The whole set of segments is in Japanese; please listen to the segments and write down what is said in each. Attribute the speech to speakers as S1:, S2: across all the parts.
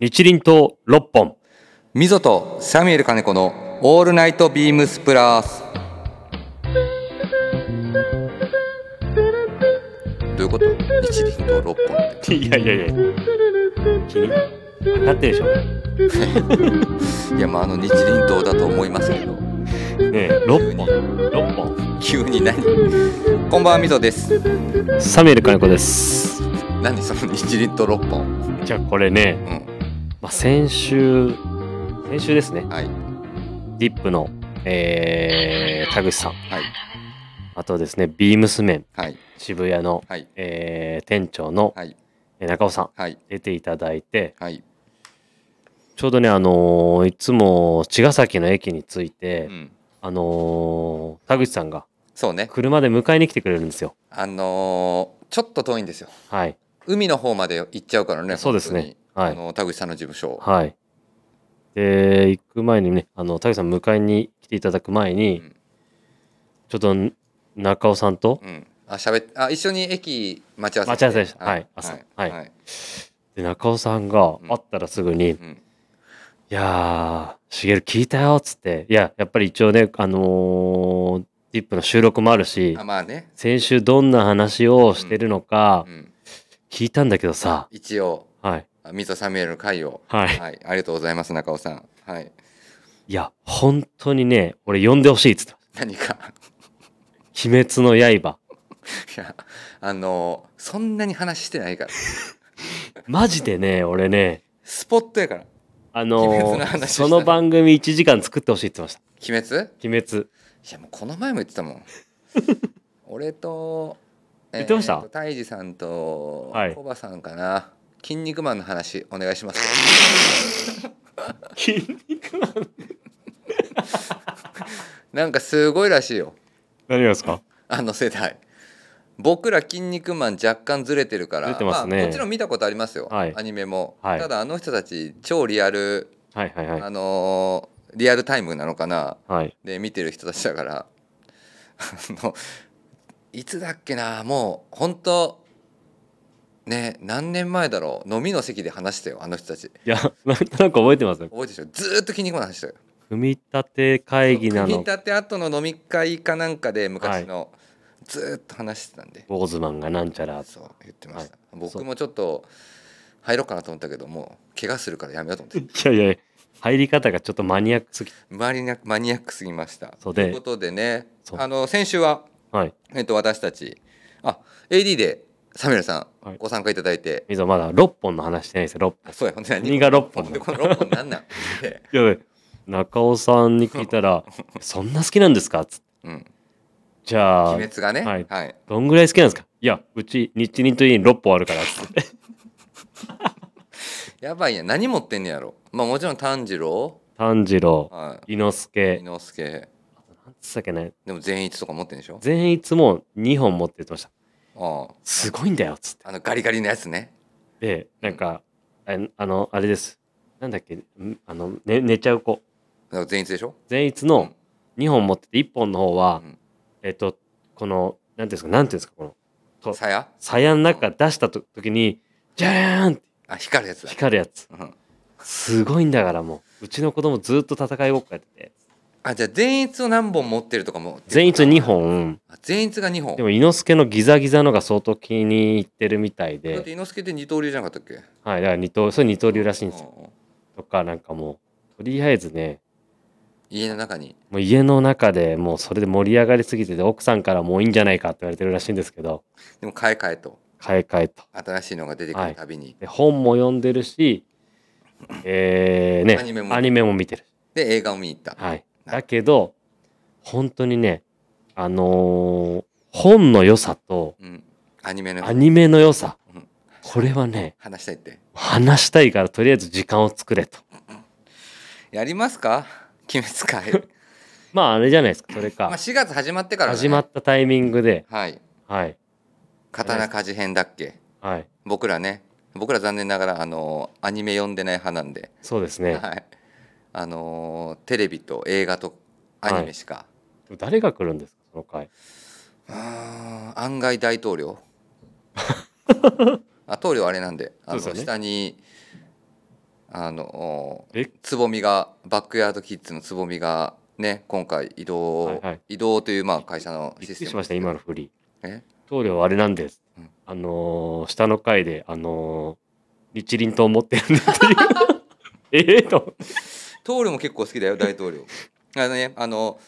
S1: 日輪刀6本。
S2: ミゾとサミュエル金子のオールナイトビームスプラス。どういうこと一輪と六本って。
S1: いやいやいや。君、分かってるでしょ。ね
S2: いやまああの日輪刀だと思いますけど
S1: え、6本。6本。
S2: 急に何こんばんはみぞです
S1: サミュエル金子です。
S2: 何その日輪刀6本
S1: じゃあこれね、
S2: う
S1: まあ、先週、先週ですね
S2: ん。はい
S1: ディップの、えー、田口さん。
S2: はい
S1: あとですね、ビームスメン、
S2: はい
S1: 渋谷の、
S2: はい
S1: えー、店長の、
S2: はい
S1: えー中尾さん、
S2: はい
S1: 出ていただいて、
S2: はい
S1: ちょうどね、あのーいつも茅ヶ崎の駅に着いて、
S2: うん
S1: あのー田口さんが
S2: そうね
S1: 車で迎えに来てくれるんですよ。
S2: あのーちょっと遠いんですよ
S1: はい。
S2: 海の方まで行っちゃうからね
S1: そうですね。
S2: 本当
S1: は
S2: に
S1: い。
S2: あの田口さんの事務所
S1: はい。で、行く前にね、あの、田口さん迎えに来ていただく前に、
S2: うん
S1: ちょっと中尾さんと、
S2: うんあしゃべっあ一緒に駅待ち合わせ
S1: 待ち合わせでした
S2: は
S1: はいい朝
S2: はい
S1: はで中尾さんが
S2: うん
S1: 会ったらすぐに、
S2: うん
S1: いやー、しげる聞いたよっつって、いや、やっぱり一応ね、あのー、ディップの収録もあるし
S2: あ、まあね
S1: 先週どんな話をしてるのか
S2: うん
S1: 聞いたんだけどさ、
S2: 一応
S1: はい。
S2: あみぞサミュエルの会を
S1: はい。
S2: はいありがとうございます中尾さんはい
S1: いや、本当にね、俺呼んでほしいっつってま
S2: 何か
S1: した鬼滅の刃。
S2: いやあのそんなに話してないから
S1: マジでね、俺ね、
S2: スポットやから
S1: あ
S2: 鬼
S1: の
S2: 滅の話した
S1: その番組1時間作ってほしいって言ってまし
S2: 鬼滅
S1: た。鬼滅。
S2: いやもうこの前も言ってたも ん俺と
S1: 言ってました
S2: えーとタイジさんと
S1: はい
S2: コバさんかな、筋肉マンの話お願いします
S1: 筋肉マン
S2: なんかすごいらしいよ
S1: 何がですか
S2: あの世代僕ら筋肉マン若干ずれてるから
S1: ずれてますね
S2: あ、もちろん見たことありますよ、
S1: はい
S2: アニメも、
S1: はい
S2: ただあの人たち超リアル、
S1: はいはいは
S2: あ
S1: い。
S2: のーリアルタイムなのかな
S1: はい。
S2: で見てる人たちだから あのいつだっけなもう本当ね何年前だろう飲みの席で話したよあの人たち
S1: いや、 なんとなく覚えてますよ。
S2: 覚えてるでしょずーっと筋肉マンの話したよ
S1: 組み立て会議な
S2: 組
S1: の、
S2: み立て後の飲み会かなんかで昔の、ずーっと話してたんで
S1: ボーズマンがなんちゃら。
S2: そう言ってました、
S1: そう
S2: 僕もちょっと入ろうかなと思ったけどもう怪我するからやめようと思って
S1: いやいや、入り方がちょっとマニアックすぎ。
S2: マニアマニアックすぎました
S1: そう
S2: と
S1: で
S2: いうことでね
S1: そう
S2: あの先週は
S1: はい。
S2: えっと、私たち、あ、AD でサミュエルさん、
S1: はい
S2: ご参加いただいて、
S1: みぞまだ6本の話してないですよ、6本。
S2: あそうや、ほんで
S1: 君
S2: 何
S1: が6本。
S2: でこの6本なんなんで
S1: い や、中尾さんに聞いたら、そんな好きなんですかつって
S2: うん、
S1: じゃあ
S2: 鬼、滅がね、
S1: は
S2: はいい、
S1: どんぐらい好きなんですかいや、うち、日輪と家に6本あるから、つって。
S2: やばいやん、何持ってんねやろ。まあもちろん炭治郎、
S1: 炭治郎、
S2: はい、
S1: 伊之助
S2: 伊、之助、
S1: なんつったっけね、
S2: でも善一とか持ってんでしょ
S1: 全一も2本持って言ってました。
S2: ああ
S1: すごいんだよ、つって。
S2: あのガリガリのやつね。
S1: で、なんか、ああの、あれです。なんだっけ、んあの、ね、寝ちゃう子。
S2: だから善一でしょ
S1: 全一の2本持ってて、1本の方は、
S2: うん
S1: えっと、この、なんていうんですか、なんていうんですか、この、と
S2: さや
S1: 鞘の中出したと時に、じゃーんって
S2: あ、光るやつだ。
S1: 光るやつ。
S2: うん、
S1: すごいんだからもう、うちの子供ずっと戦いごっこやってて。
S2: あ、じゃあ善一を何本持ってるとかも。
S1: 全一2。本、
S2: あ善一が2本。
S1: でも、伊之助のギザギザのが相当気に入ってるみたい
S2: だって
S1: で、
S2: 伊之助って二刀流じゃなかったっけ
S1: はい、だから二刀、それ二刀流らしいんですよ
S2: うんうん
S1: とかなんかもうとりあえずね
S2: 家の中に。
S1: もう家の中でもうそれで盛り上がりすぎてて奥さんからもういいんじゃないかって言われてるらしいんですけど
S2: でも買い替えと。
S1: 買い替えと
S2: 新しいのが出てくるたびに、
S1: で本も読んでるしえー、ね
S2: アニメも
S1: も見てる
S2: で映画を見に行った、
S1: はい
S2: な
S1: だけど本当にねあのー本の良さと
S2: うん、アニメの
S1: アニメの良さ
S2: うん
S1: これはね
S2: 話したいって
S1: 話したいからとりあえず時間を作れと
S2: やりますか 鬼滅会
S1: まああれじゃないですかそれ
S2: まあ
S1: か
S2: 4月始まってから、ね、
S1: 始まったタイミングで
S2: はい
S1: はい
S2: 刀鍛冶編だっけ
S1: はい
S2: 僕らね僕ら残念ながらあのアニメ読んでない派なんで、
S1: そうですね
S2: はいあのテレビと映画とアニメしか、
S1: 誰が来るんですかその回
S2: あー案外大 統領あ統領あれなんであの
S1: そうですよね
S2: 下にあの
S1: え
S2: つぼみがバックヤードキッズのつぼみがね今回移動、
S1: はいはい
S2: 移動というまあ会社の
S1: びっ
S2: シ
S1: く
S2: ステ
S1: り
S2: ム
S1: しました、今の振り。
S2: え
S1: 棟梁あれなんです。
S2: うん
S1: あのー下の階で、あのー日輪刀持ってるんだっていう。 ええと思って。
S2: トールも結構好きだよ大統 領あのねあの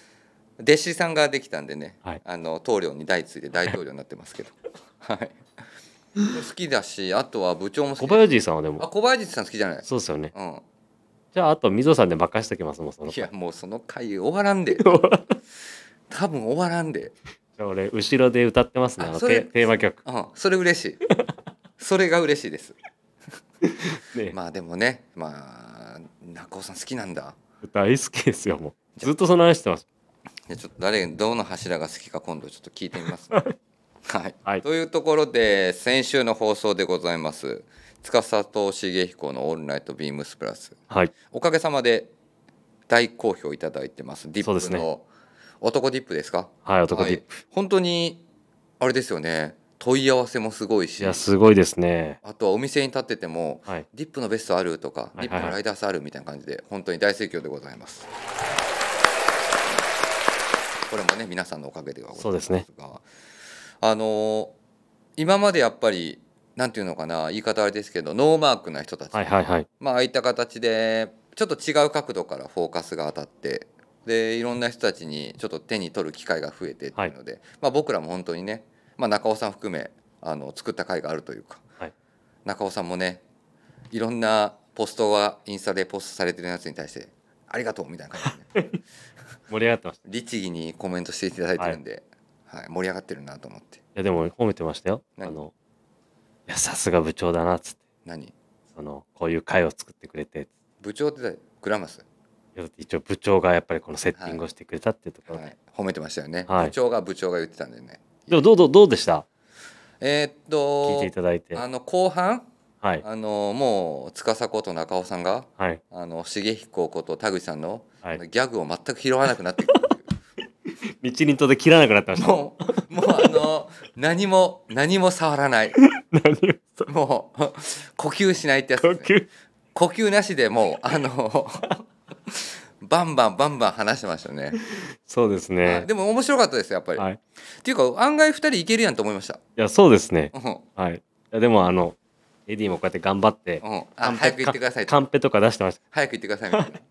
S2: 弟子さんができたんでね、
S1: はい
S2: あの棟梁に大ついて大統領になってますけどはい好きだしあとは部長も好
S1: 小
S2: きだし
S1: 林さんはで
S2: あ
S1: も、
S2: 小林さん好きじゃない
S1: そうですよね。
S2: うん
S1: じゃあ、あと、溝さんで任しときますもん、その
S2: いやもうその回終わら んで多分終わらんで、
S1: じゃあ俺、後ろで歌ってますね、
S2: あ
S1: あの
S2: それ
S1: テテーマ曲。
S2: うん、それ嬉し いそれが嬉しいです
S1: ね、
S2: まあでもねまあ中尾さん好きなんだ
S1: 大好きですよ、もう。ずっとその話してます。
S2: じゃあちょっと誰どの柱が好きか今度ちょっと聞いてみ ますね、はい
S1: はい
S2: というところで先週の放送でございます司と重彦の「オールナイトビームスプラス
S1: はい。」
S2: おかげさまで大好評いただいてますディ
S1: そうで
S2: ップ
S1: す
S2: の、
S1: ね
S2: 男ディップですか
S1: はい、男で。
S2: はい本当にあれですよね問い合わせもすごい
S1: い
S2: し
S1: や、すごいですね。
S2: あとはお店に立ってても
S1: はい。
S2: ディップのベストあると
S1: は
S2: か、
S1: いはいはい
S2: ディップのライダースあるみたいな感じで本当に大盛況でございます。これもね皆さんのおかげではございます
S1: そう
S2: が
S1: です
S2: あのー今までやっぱりなんていうのかな言い方あれですけどノーマークな人たち、
S1: はいはいはい。
S2: まあああいった形でちょっと違う角度からフォーカスが当たってでいろんな人たちにちょっと手に取る機会が増えてっていうので、まあ、僕らも本当にね、まあ、中尾さん含めあの作った会があるというか、
S1: はい
S2: 中尾さんもねいろんなポストがインスタでポストされてるやつに対して「ありがとう」みたいな感 じでね、
S1: 盛り上がってました。
S2: 律儀にコメントしていただいてるんで、はい盛り上がってるなと思って
S1: いやでも褒めてましたよ。あ
S2: 何
S1: の、いや、さすが部長だな、つって。
S2: 何
S1: その、こういう会を作ってくれて。い
S2: 部長って誰グラマス、
S1: やだって一応部長がやっぱりこのセッティングをしてくれたっていうとこ
S2: は
S1: ろで。
S2: い、褒めてましたよね、
S1: はい
S2: 部長が部長が言ってたんでね
S1: でもどう、どう、どうでした
S2: えーっ
S1: 聞い
S2: と
S1: ていただいて。
S2: あ
S1: はい。
S2: の後半
S1: はい。
S2: あのもう司こと中尾さんが
S1: はい。
S2: あの重彦こと田口さんの、あのギャグを全く拾わなくなって くるってい
S1: 道にとで切らなくなってまし
S2: う
S1: た。
S2: もうもうあの何も何も触らない
S1: 何をそ
S2: もう呼吸しないってやつ
S1: 呼
S2: ですね、
S1: 吸。
S2: 呼吸なしでもうあのバンバンバンバン話してましたね、
S1: そうです
S2: はい
S1: ね。
S2: でも面白かったですやっぱり、
S1: はい。い
S2: っていうか案外2人いけるやんと思いました
S1: や、そうですね。
S2: うんうん
S1: はい。いやでもあの、エディもこうやって頑張って、
S2: あ
S1: ンペ
S2: 早く行ってくださいと
S1: カンペとか出してました。
S2: 早く行ってくださいみたいない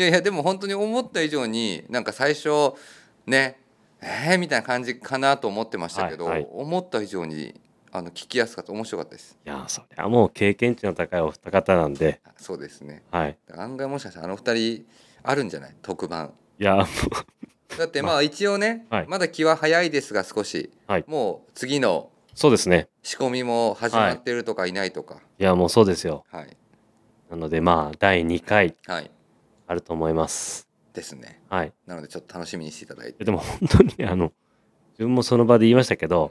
S2: やいやでも本当に思った以上になんか最初ねえー、みたいな感じかなと思ってましたけど、
S1: はいはい
S2: 思った以上にあの聞きやすかった面白かったです
S1: いや、そりゃもう経験値の高いお二方なんで、
S2: あそうですね
S1: はい。
S2: 案外もしかしたらあの二人あるんじゃない特番
S1: いや、もう
S2: だってまあ一応ね、
S1: はい
S2: まだ気は早いですが少し、
S1: はい
S2: もう次の
S1: そうですね。
S2: 仕込みも始まってるとかいないとか
S1: いや、もうそうですよ。
S2: はい
S1: なのでまあ第2回
S2: はい
S1: あると思います。
S2: ですね
S1: はい。
S2: なのでちょっと楽しみにしていただいて
S1: でも本当にねあの自分もその場で言いましたけど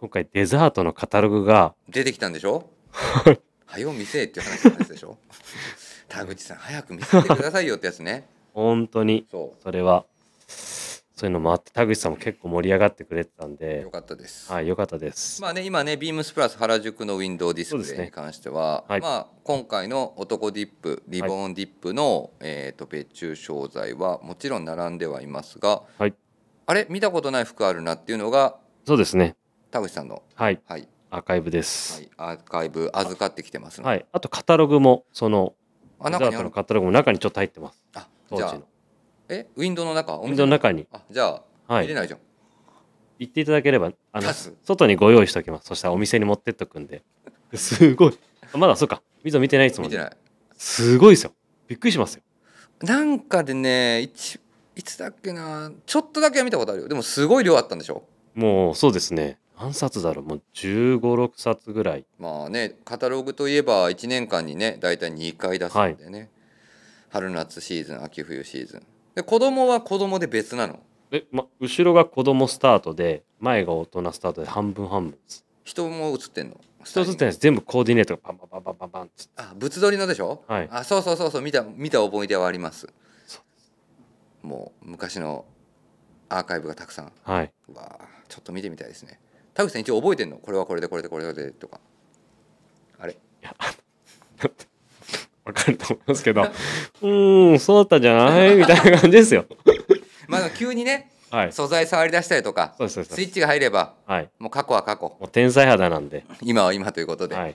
S1: 今回デザートのカタログが
S2: 出てきたんでしょはよ見せえっていう話なんですで しょ田口さん早く見せてくださいよってやつね
S1: 本当に
S2: そ
S1: それはそういうのもあって田口さんも結構盛り上がってくれてたん
S2: うよ
S1: で、
S2: かったです、
S1: はい、よかったです。
S2: まあね今ねビームスプラス原宿のウィンドウディス
S1: そう
S2: プ
S1: です
S2: レイ
S1: ね
S2: に関しては、
S1: はい
S2: まあ今回の男ディップリボンディップの、えー、と別注商材はもちろん並んではいますが、
S1: はい
S2: あれ見たことない服あるなっていうのが
S1: そうですね。
S2: 田口さんの
S1: はい、
S2: はい、
S1: アーカイブで
S2: は
S1: す。
S2: い、アーカイブ預かってきてますので、
S1: はい、あとカタログもその
S2: あ
S1: デザ
S2: 中に
S1: ー
S2: あ
S1: トの
S2: る
S1: カタログも中にちょっと入ってます。
S2: あ
S1: 当
S2: じ
S1: 時
S2: ゃあ
S1: の
S2: えウィンドウの中
S1: ウ
S2: お店
S1: ィンドウの中に、
S2: あじゃあ、
S1: は
S2: 見れ
S1: い、
S2: ないじゃん
S1: 行っていただければあの
S2: 出す
S1: 外にご用意しておきます。そしたらお店に持ってっとくん で。すごい。あまだそうか。みぞ見てないですも
S2: 見
S1: ん
S2: て
S1: ね。
S2: ない
S1: すごいですよ。びっくりしますよ。
S2: なんかでねいちいつだっけなちょっとだけは見たことあるよでもすごい量あったんでしょ
S1: もうそうですね。何冊だろうもう15、6冊ぐらい。
S2: まあねカタログといえば1年間にね大体2回出すんでね、春夏シーズン秋冬シーズンで子供は子供で別なの
S1: え、ま、後ろが子供スタートで、前が大人スタートで半分半分です。
S2: 人も映ってんの
S1: 一つずつです。全部コーディネートがパンパンパンパンパンパンっつって。
S2: あ物撮りのでしょ、
S1: はい
S2: あそうそうそうそう見た見た思い出はあります
S1: そう
S2: もう昔のアーカイブがたくさん
S1: はい。
S2: うわあちょっと見てみたいですね田口さん一応覚えてんのこれはこれでこれでこれでとかあれ
S1: わかかると思いますけ ど、うーん、そうだったんじゃないみたいな感じですよ。
S2: まあ、急にね
S1: はい。そ
S2: 素材触り出したりとか
S1: うです、そうですそう
S2: ス
S1: で
S2: イ
S1: す。
S2: ッチが入れば
S1: はい。
S2: もう過去は過去
S1: もう天才肌なんで。
S2: 今は今ということで、、
S1: はいい。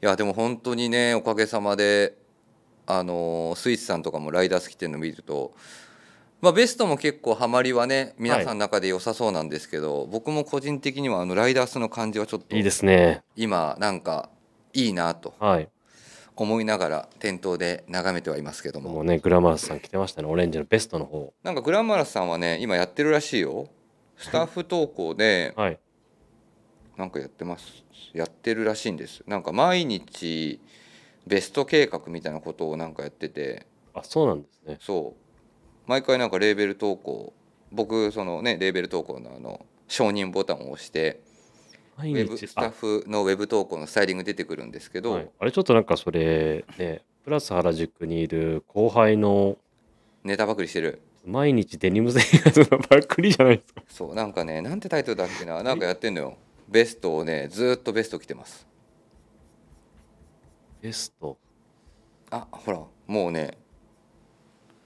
S2: やでも本当にねおかげさまであのースイーツさんとかもライダース着てるの見ると、まあ、ベストも結構ハマりはね皆さんの中で良さそうなんですけど、僕も個人的にはあのライダースの感じはちょっと
S1: いいですね。
S2: 今なんかいいなと
S1: はい。
S2: 思いながら店頭で眺めてはいますけども
S1: もうね、グラマラスさん着てましたね。オレンジのベストの方。
S2: なんかグランマラスさんはね今やってるらし いよスタッフ投稿で
S1: はい。
S2: なんかやってますやってるらしいんですなんか毎日ベスト計画みたいなことをなんかやってて
S1: あ、そうなんですね。
S2: そう毎回なんかレーベル投稿僕そのねレーベル投稿のあの承認ボタンを押してウ
S1: 毎
S2: ェブ
S1: 日
S2: スタッ
S1: あ、
S2: フのウェブ投稿のスタイリング出てくるんですけど、
S1: はいあれちょっとなんかそれ、ね、プラス原宿にいる後輩の
S2: ネタばくりしてる
S1: 毎日デニム生活のばっくりじゃないですか。
S2: そうなんかねなんてタイトルだっけななんかやってんのよベストをねずーっとベスト着てます
S1: ベスト。
S2: あほらもうね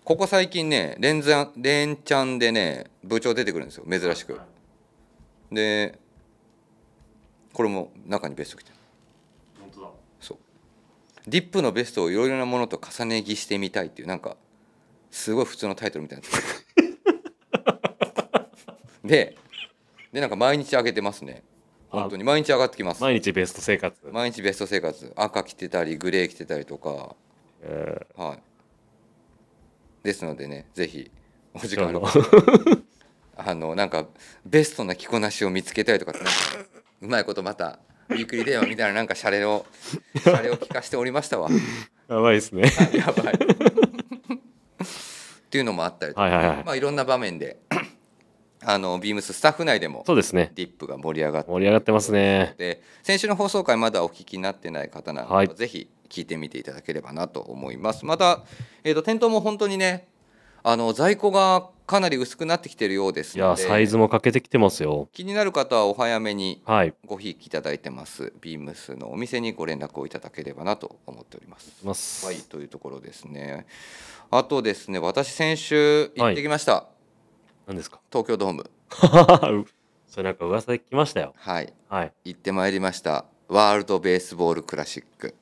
S2: ここ最近ね連チャン連チャンでね部長出てくるんですよ珍しくでこれも中にベスト着てる
S1: 本当だ。
S2: そうディップのベストをいろいろなものと重ね着してみたいっていうなんかすごい普通のタイトルみたいなやつででなんか毎日上げてますね本当に毎日上がってきます
S1: 毎日ベスト生活。
S2: 毎日ベスト生活赤着てたりグレー着てたりとか
S1: え
S2: はい。ですのでね、ぜひお時
S1: ー
S2: 間ある
S1: 今日の
S2: あのなんかベストな着こなしを見つけたいとかってなんかうまいことまたゆっくり電話みたいななんかシャレをシャレを聞かしておりま したわ。
S1: やばいですね。
S2: あやばい。っていうのもあったりとか、
S1: はいはいはい
S2: まあいろんな場面であのビームススタッフ内でも
S1: そうですね。
S2: ディップが盛り上がって
S1: 盛り上がってますね。
S2: で先週の放送回まだお聞きになってない方なので、
S1: はい
S2: ぜひ聞いてみていただければなと思いますまた、えー、と店頭も本当にねあの在庫がかなり薄くなってきてるようです
S1: いや
S2: の
S1: ー、
S2: で
S1: サイズも欠けてきてますよ。
S2: 気になる方はお早めに
S1: はい。
S2: ごひいきいただいてますビームスのお店にご連絡をいただければなと思っております
S1: います。
S2: はいというところですねあとですね私先週行ってきました、
S1: 何ですか
S2: 東京ドーム
S1: それなんか噂で聞きましたよ。
S2: はい
S1: はい。
S2: 行ってまいりましたワールドベースボールクラシック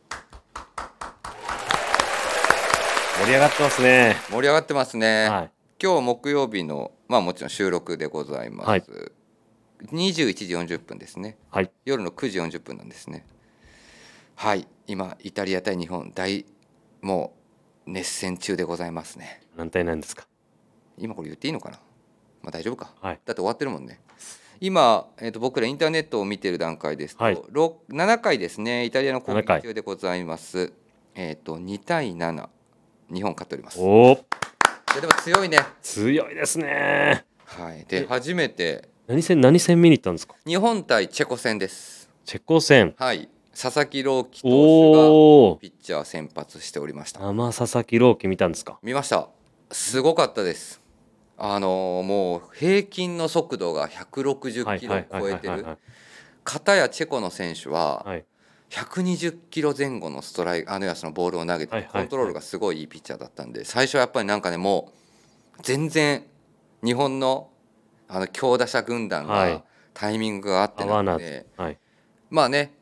S1: 盛り上がってますね。
S2: 盛り上がってますね、
S1: はい。
S2: 今日木曜日のまあもちろん収録でございます、
S1: はい
S2: 21時40分ですね
S1: はい。
S2: 夜の9時40分なんですねはい今イタリア対日本大もう熱戦中でございますね
S1: 何対何ですか
S2: 今これ言っていいのかなまあ大丈夫か、
S1: はい
S2: だって終わってるもんね今、えー、と僕らインターネットを見てる段階ですと、
S1: はい
S2: ろく7回ですねイタリアの攻
S1: 7
S2: 撃
S1: 回
S2: 中でございますえっ、と2対7日本勝っておりますい
S1: おお
S2: やでも強いね
S1: 強いですね。
S2: はい
S1: え
S2: で初めて
S1: 何戦、何戦見に行ったんですか
S2: 日本対チェコ戦です。
S1: チェコ戦。
S2: はい、佐々木朗希投
S1: お
S2: 手
S1: お
S2: がピッチャー先発しておりました。
S1: 生佐々木朗希見たんですか
S2: 見ました。すごかったです。あのーもう平均の速度が160キロを超えてる。片やチェコの選手は
S1: はい。
S2: 120キロ前後のストライクあのやつのボールを投げ
S1: は
S2: て
S1: いはい
S2: コントロールがすごいいいピッチャーだったんで、最初はやっぱりなんかねもう全然日本のあの強打者軍団
S1: は
S2: が
S1: い
S2: タイミングが合って
S1: 合
S2: な
S1: わな
S2: く
S1: い
S2: て。
S1: はい。
S2: まあね、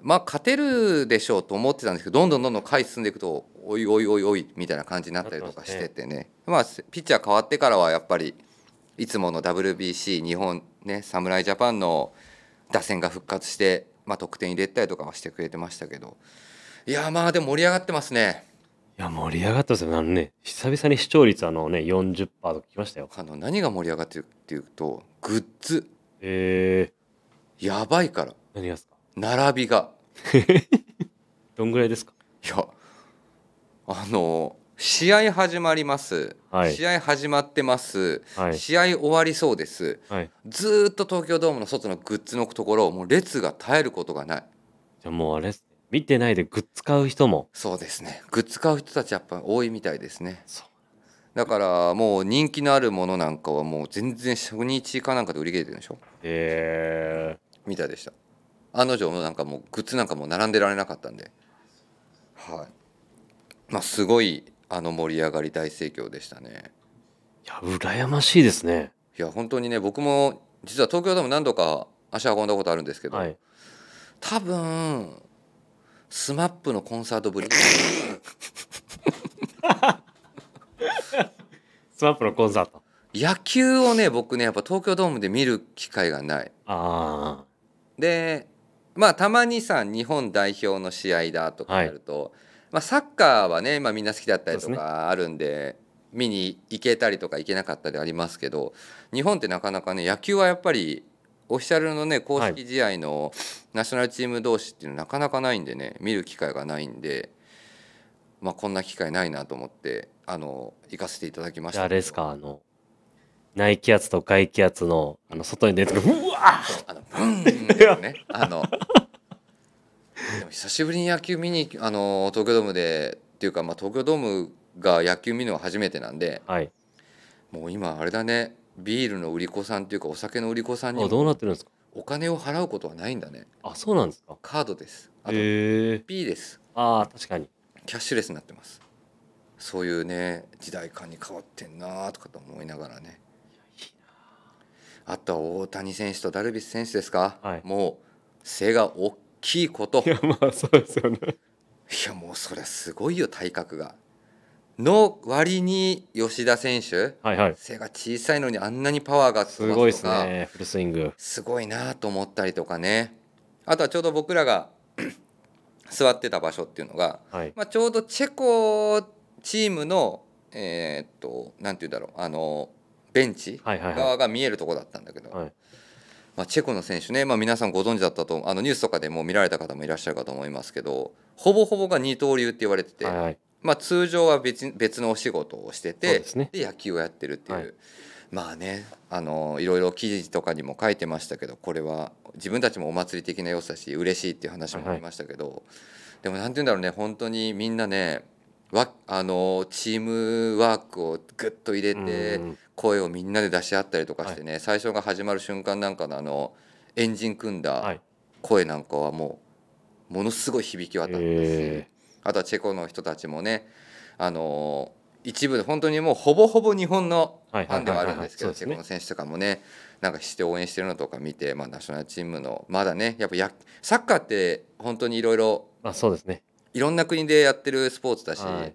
S2: まあ勝てるでしょうと思ってたんですけど、どんどんどんどん回進んでいくと、おいおいおいおいみたいな感じになったりとかしててね、まあピッチャー変わってからはやっぱり、いつもの WBC、日本、ね、侍ジャパンの打線が復活して、まあ、得点入れたりとかはしてくれてましたけど、いや、まあでも盛り上がってますね、
S1: いや、盛り上がってますよ。あのね、久々に視聴率、あのね、40%とか聞きましたよ。
S2: あの何が盛り上がってるっていうと、グッズ、
S1: えー、
S2: やばいから、
S1: 何がですか
S2: 並びが。
S1: どんぐらいですか
S2: いやあの試合始まります、
S1: はい
S2: 試合始まってます、
S1: はい。
S2: 試合終わりそうです
S1: はい。
S2: ずーっと東京ドームの外のグッズのところもう列が絶えることがない
S1: じゃあもうあれっすね見てないでグッズ買う人も。
S2: そうですねグッズ買う人たちやっぱ多いみたいですね
S1: そう
S2: だからもう人気のあるものなんかはもう全然初日かなんかで売り切れてるんでしょ
S1: え
S2: みたいでした案の定もうなんかもうグッズなんかもう並んでられなかったんではいまあ、すごいあの盛り上がり大盛況でしたね。
S1: いや、羨ましいですね。
S2: いや本当にね僕も実は東京でも何度か足運んだことあるんですけど、
S1: はい。
S2: 多分スマップのコンサートぶり
S1: スマップのコンサート。
S2: 野球をね僕ねやっぱ東京ドームで見る機会がない
S1: あ
S2: でまあたまにさ日本代表の試合だとか
S1: はい
S2: やると、まあ、サッカーはね、まあ、みんな好きだったりと
S1: そうです
S2: かあるんで見に行けたりとか行けなかったりありますけど日本ってなかなかね野球はやっぱりオフィシャルのね公式試合のナショナルチーム同士っていうのはなかなかないんでね見る機会がないんで、まあ、こんな機会ないなと思ってあの行かせていただきま
S1: あ。
S2: し
S1: じゃあ、あ
S2: たけど
S1: れですか、あの、内気圧と外気圧の、あの、外に出てくる、うわ
S2: そうあのブーンっていうねあのでも久しぶりに野球見にあの東京ドームでっていうか、まあ、東京ドームが野球見るのは初めてなんで
S1: はい。
S2: もう今あれだねビールの売り子さんっていうかお酒の売り子さ
S1: あ、
S2: んにも
S1: どうなってるんですか
S2: お金を払うことはないんだね
S1: あ、そうなんですか。
S2: カードですあと
S1: へえ。
S2: P です
S1: ああ、確かに。
S2: キャッシュレスになってますそういうね時代感に変わってんなとかと思いながらねあとは大谷選手とダルビッシュ選手ですか、
S1: はい
S2: もう背が大きいこと
S1: いや、まあ、そうですよね。
S2: いやもうそりゃすごいよ体格が。の割に吉田選手
S1: はいはい。
S2: 背が小さいのにあんなにパワーが
S1: すごい
S2: 飛ば
S1: です
S2: とか
S1: ね。フルスイング。
S2: すごいなと思ったりとかねあとはちょうど僕らが 座ってた場所っていうのが、
S1: はい。
S2: まあ、ちょうどチェコチームのえーっとなんて言うんだろうあのベンチ
S1: はいはいは
S2: 側が見えるとこだったんだけど、
S1: い。はい。
S2: まあ、チェコの選手ね、まあ、皆さんご存知だったとあのニュースとかでもう見られた方もいらっしゃるかと思いますけどほぼほぼが二刀流って言われてて、
S1: はいはい。
S2: まあ、通常は別に別のお仕事をして
S1: そう
S2: て
S1: ですね
S2: 野球をやってるっていう、
S1: はい
S2: まあねあのいろいろ記事とかにも書いてましたけどこれは自分たちもお祭り的な要素だし嬉しいっていう話もありましたけど、でもなんて言うんだろうね本当にみんなねわあのチームワークをぐっと入れて
S1: うん
S2: 声をみんなで出し合ったりとかしてね、最初が始まる瞬間なんかのあのエンジン組ん
S1: は
S2: だ
S1: い。
S2: 声なんかはもうものすごい響き渡ったし、
S1: え
S2: あとはチェコの人たちもね、あのー一部で本当にもうほぼほぼ日本のフ
S1: はいは
S2: ァ
S1: いはい
S2: ンで
S1: はい
S2: はあるんですけど、
S1: そうです
S2: チェ
S1: ね
S2: コの選手とかもね、なんかして応援してるのとか見て、まあ、ナショナルチームの、まだね、やっぱやサッカーって本当にいろいろ、
S1: ーあ、そうですね。
S2: いろんな国でやってるスポーツだし、
S1: はい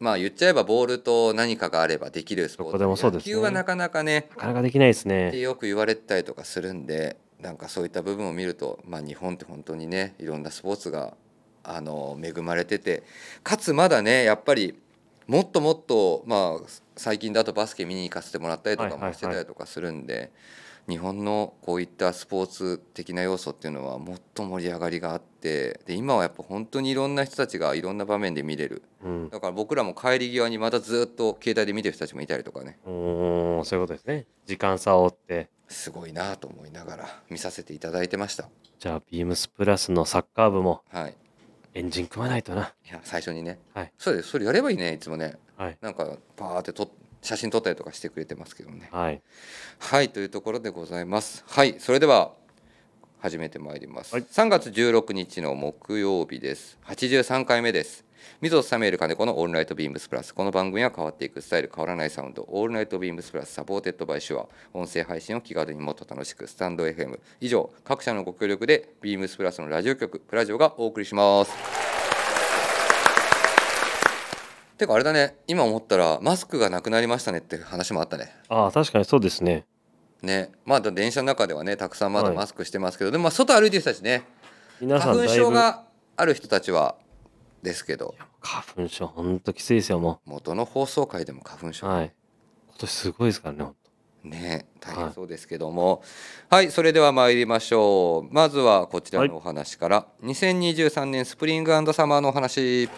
S2: まあ言っちゃえばボールと何かがあればできるスポー
S1: ど
S2: ツ
S1: こでもそうですね
S2: 野球はなかなかね、
S1: なかなかできないです
S2: って
S1: ね。
S2: よく言われてたりとかするんでなんかそういった部分を見ると、まあ、日本って本当にねいろんなスポーツがあの恵まれててかつまだねやっぱりもっともっと、まあ、最近だとバスケ見に行かせてもらったりと
S1: は
S2: か
S1: いはいは
S2: も
S1: い
S2: してたりとかするんで、日本のこういったスポーツ的な要素っていうのはもっと盛り上がりがあってで今はやっぱ本当にいろんな人たちがいろんな場面で見れる
S1: うん。
S2: だから僕らも帰り際にまたずっと携帯で見てる人たちもいたりとかね
S1: おーそういうことですね。時間差を追って。
S2: すごいなと思いながら見させていただいてました。
S1: じゃあ、ビームスプラスのサッカー部も
S2: はい
S1: エンジン組まないとな。
S2: いや最初にね、
S1: はい
S2: そうですそれやればいいねいつもね
S1: はい。
S2: なんかパーってと写真撮ったりとかしてくれてますけどね
S1: はい。
S2: はいというところでございますはいそれでは始めてまいります、
S1: はい
S2: 3月16日の木曜日です83回目です水戸サメール金子のオールナイトビームスプラスこの番組は変わっていくスタイル変わらないサウンドオールナイトビームスプラスサポーテッドバイシュア音声配信を気軽にもっと楽しくスタンド FM 以上各社のご協力でビームスプラスのラジオ局プラジオがお送りしますてかあれだね今思ったらマスクがなくなりましたねって話もあったね
S1: ああ、確かにそうですね。
S2: ねまだ電車の中ではねたくさんまだ
S1: はい
S2: マスクしてますけど、でもまあ外歩いてる人たちね
S1: 皆さ
S2: 花
S1: ん、だ
S2: 粉
S1: いぶ
S2: 症がある人たちはですけど
S1: 花粉症、ほんときついですよ、も
S2: 元の放送回でも花粉
S1: う。
S2: 症、
S1: はい。今年すごいですからね、ほんと。
S2: ね大変そうですけどもはい、それでは参りましょうまずはこちらのお話から、2023年スプリングサマーのお話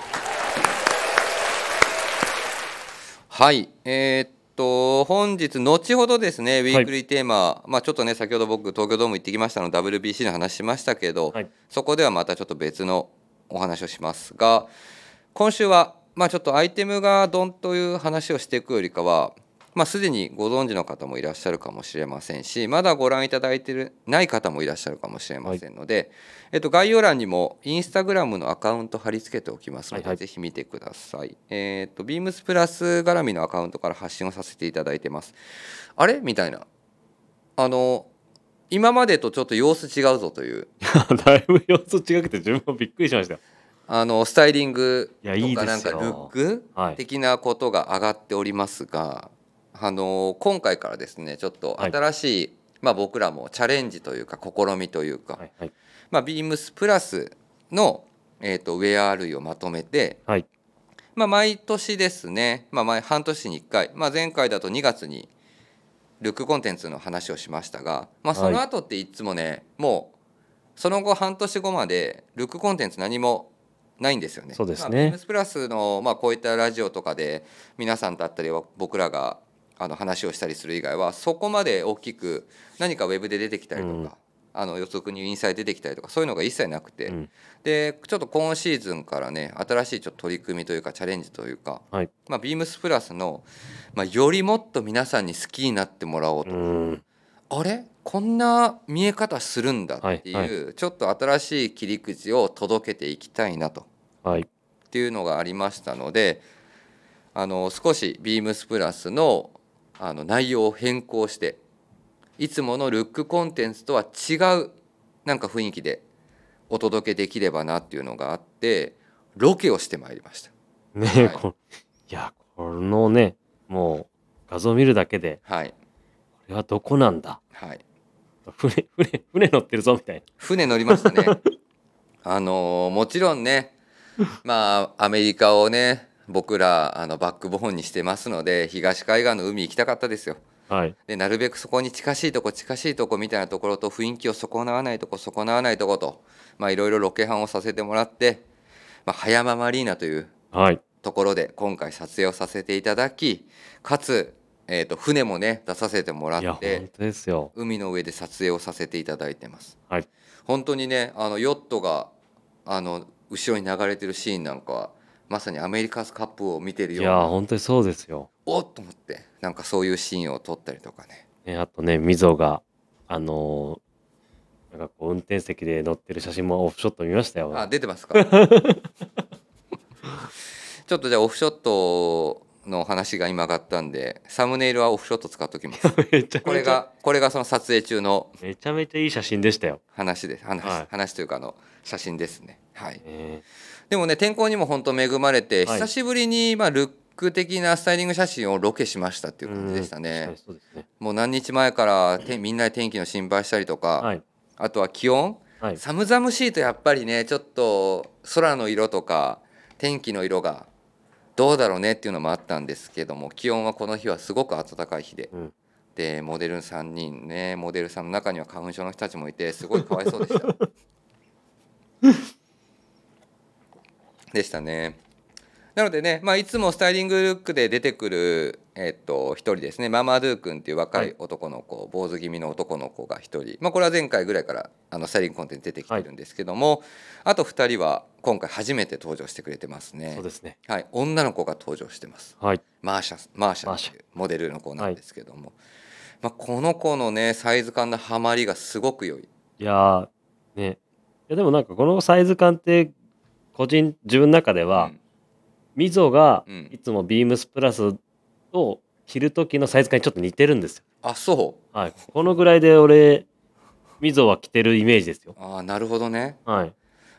S2: はいえーっと本日後ほどですねウィークリーテーマ、まあちょっとね先ほど僕東京ドーム行ってきましたの WBC の話しましたけど、
S1: はい
S2: そこではまたちょっと別のお話をしますが今週はまあちょっとアイテムがどんという話をしていくよりかはまあ、すでにご存知の方もいらっしゃるかもしれませんしまだご覧いただいてるない方もいらっしゃるかもしれませんので、えっと、概要欄にもインスタグラムのアカウント貼り付けておきますので、
S1: はいはい
S2: ぜひ見てください、えっとビームスプラス絡みのアカウントから発信をさせていただいてますあれみたいなあの今までとちょっと様子違うぞという
S1: だいぶ様子違くて自分もびっくりしましたよ
S2: あのスタイリング
S1: いやい
S2: と
S1: い
S2: か
S1: で
S2: なん
S1: す
S2: かル
S1: よ
S2: ック
S1: はい
S2: 的なことが上がっておりますが、あの今回からですねちょっと
S1: はい
S2: 新しい、まあ、僕らもチャレンジというか試みというか、
S1: はいはい
S2: まあ、ビームスプラスの、えー、とウェア類をまとめて、
S1: はい
S2: まあ、毎年ですね、まあ、毎半年に1回、まあ、前回だと2月にルックコンテンツの話をしましたが、まあ、その後っていつもね、もうその後半年後までルックコンテンツ何もないんですよね。
S1: そうですね
S2: まあビームスプラスの、まあ、こういったラジオとかで皆さんだったりは僕らがあの話をしたりする以外はそこまで大きく何かウェブで出てきたりとか、
S1: うん
S2: あの予測にインサイ出てきたりとかそういうのが一切なくて、
S1: うん
S2: でちょっと今シーズンからね新しいちょっと取り組みというかチャレンジというか、
S1: はい
S2: まあ、ビームスプラスの、まあ、よりもっと皆さんに好きになってもらおう
S1: う
S2: と、
S1: ーん
S2: あれこんな見え方するんだっていう、
S1: はい
S2: ちょっと新しい切り口を届けていきたいなと
S1: はい
S2: っていうのがありましたのであの少しビームスプラスのあの内容を変更していつものルックコンテンツとは違うなんか雰囲気でお届けできればなっていうのがあってロケをしてまいりました。
S1: ね、
S2: はい
S1: こいやこのねもう画像見るだけで
S2: はい、
S1: これはどこなんだ
S2: はい、
S1: 船船船乗ってるぞみたい
S2: 船乗りましたね。あのもちろんねまあアメリカをね僕らあのバックボーンにしてますので東海岸の海行きたかったですよ。
S1: なはい
S2: でなるべくそこに近しいとこ近しいとこみたいなところと雰囲気を損なわないとこ損なわないとことまあいろいろロケハンをさせてもらって、まあ、葉山マリーナという
S1: はい
S2: ところで今回撮影をさせていただきかつ、えー、と船もね出させてもら
S1: いや
S2: って
S1: 本当ですよ
S2: 海の上で撮影をさせていただいてます
S1: はい
S2: 本当にねあのヨットがあの後ろに流れてるシーンなんかはまさにアメリカズカップを見てる
S1: い
S2: よう
S1: や
S2: な
S1: 本当にそうですよ
S2: おっと思ってなんかそういうシーンを撮ったりとかね
S1: ね、あとね、みぞが、あのーなんかこう、運転席で乗ってる写真もオフショット見ましたよ。
S2: あ出てます かちょっとじゃあオフショットの話が今上がったんでサムネイルはオフショット使っときます
S1: めちゃ
S2: こ
S1: め
S2: れ
S1: ちゃ、
S2: がこれがその撮影中の
S1: めちゃめちゃいい写真でしたよ。
S2: 話です話,、
S1: はい
S2: 話というかあの写真ですねはい
S1: ね
S2: でもね天候にも本当恵まれて、
S1: はい
S2: 久しぶりにまあルック的なスタイリング写真をロケしましたっていう感じでした
S1: うん確
S2: ね
S1: かにそうですね。
S2: もう何日前からてみんなで天気の心配したりとか、
S1: はい。
S2: あとは気温
S1: はい。
S2: 寒々しいとやっぱりねちょっと空の色とか天気の色がどうだろうねっていうのもあったんですけども気温はこの日はすごく暖かい日で、
S1: うん
S2: でモデル3人ねモデルさんの中には花粉症の人たちもいてすごいかわいそうでした でしたねなのでね、まあ、いつもスタイリングルックで出てくる、えっと、一人ですねママドゥ君っていう若
S1: はい
S2: い男の子、坊主気味の男の子が一人、まあ、これは前回ぐらいからあのスタイリングコンテンツ出てきてるんですけども、あと二人は今回初めて登場してくれてますね
S1: そうですね。
S2: はい、女の子が登場してます
S1: はい。
S2: マーシャマーシ
S1: マー
S2: ャ
S1: シャ
S2: というモデルの子なんですけども、まあ、この子のねサイズ感のハマりがすごく良い
S1: いやー、ね。いや、でもなんかこのサイズ感って、個人、自分の中では、みぞが
S2: うん、
S1: いつもビームスプラスを着る時のサイズ感にちょっと似てるんですよ。
S2: あそう
S1: はい。このぐらいで俺、みぞは着てるイメージですよ。
S2: あーなるほどね
S1: はい。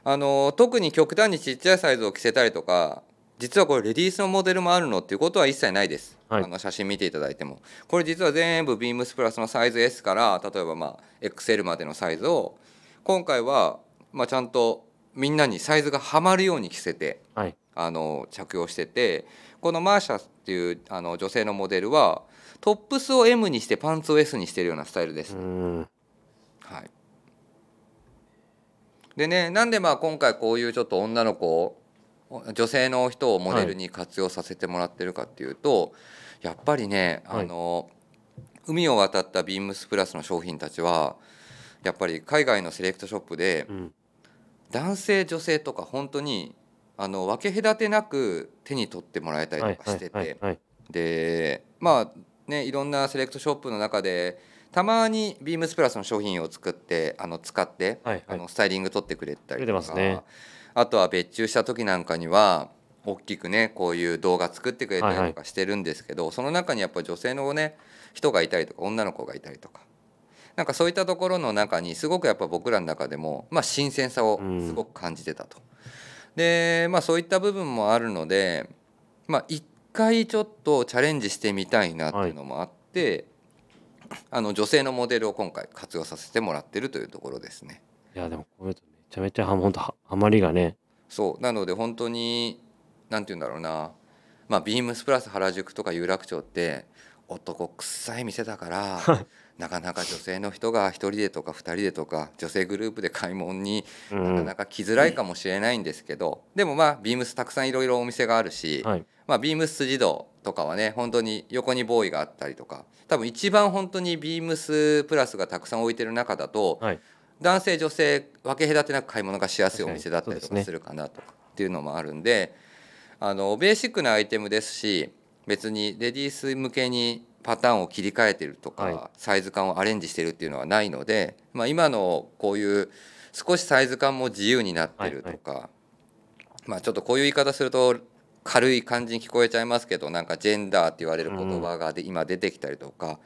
S2: あの特に極端にちっちゃいサイズを着せたりとか実はこれレディースのモデルもあるのっていうことは一切ないです、
S1: はい
S2: あの写真見ていただいてもこれ実は全部ビームスプラスのサイズ S から例えばまあ XL までのサイズを今回はまあちゃんとみんなにサイズがはまるように着せて
S1: はい。
S2: あの着用しててこのマーシャっていうあの女性のモデルはトップスを M にしてパンツを S にしてるようなスタイルで
S1: う
S2: す、
S1: ん。
S2: はい、でねなんでまあ今回こういうちょっと女の子を女性の人をモデルに活用させてもらってるかっていうと、やっぱりね
S1: はい
S2: あの、海を渡ったビームスプラスの商品たちはやっぱり海外のセレクトショップで
S1: うん。
S2: 男性女性とか本当にあの分け隔てなく手に取ってもらえたりとかしてて、
S1: はい。
S2: でまあね、いろんなセレクトショップの中でたまにビームスプラスの商品を作ってあの使って、
S1: はいは
S2: あ
S1: い
S2: のスタイリング取ってくれた
S1: 出
S2: りと
S1: て
S2: か、
S1: ますね
S2: あとは別注した時なんかには大きくねこういう動画作ってくれた
S1: は
S2: り
S1: い
S2: と
S1: は
S2: かしてるんですけど、その中にやっぱり女性のね人がいたりとか女の子がいたりとか。なんかそういったところの中にすごくやっぱ僕らの中でも、まあ、新鮮さをすごく感じてたと。で、まあ、そういった部分もあるので、まあ、一回ちょっとチャレンジしてみたいなっていうのもあって、あの女性のモデルを今回活用させてもらってるというところですね。
S1: いやでもこういうとめちゃめちゃは本当はハマりがね
S2: そうなので本当に何て言うんだろうな、まあ、ビームスプラス原宿とか有楽町って男臭い店だからなかなか女性の人が1人でとか2人でとか女性グループで買い物に
S1: う
S2: なんかなか来づらいかもしれないんですけど、でもまあビームスたくさんいろいろお店があるし、
S1: はい
S2: まあ、ビームス自動とかはね本当に横にボーイがあったりとか多分一番本当にビームスプラスがたくさん置いてる中だと、
S1: はい
S2: 男性女性分け隔てなく買い物がしやすいお店だったりと
S1: 確かにそうですね
S2: かするかなとかっていうのもあるんであのベーシックなアイテムですし別にレディース向けにパターンを切り替えてるとか、
S1: は
S2: サイズ感をアレンジしてるっていうのはないので、まあ、今のこういう少しサイズ感も自由になってるとか、まあちょっとこういう言い方すると軽い感じに聞こえちゃいますけどなんかジェンダーって言われる言葉がで今出てきたりとか、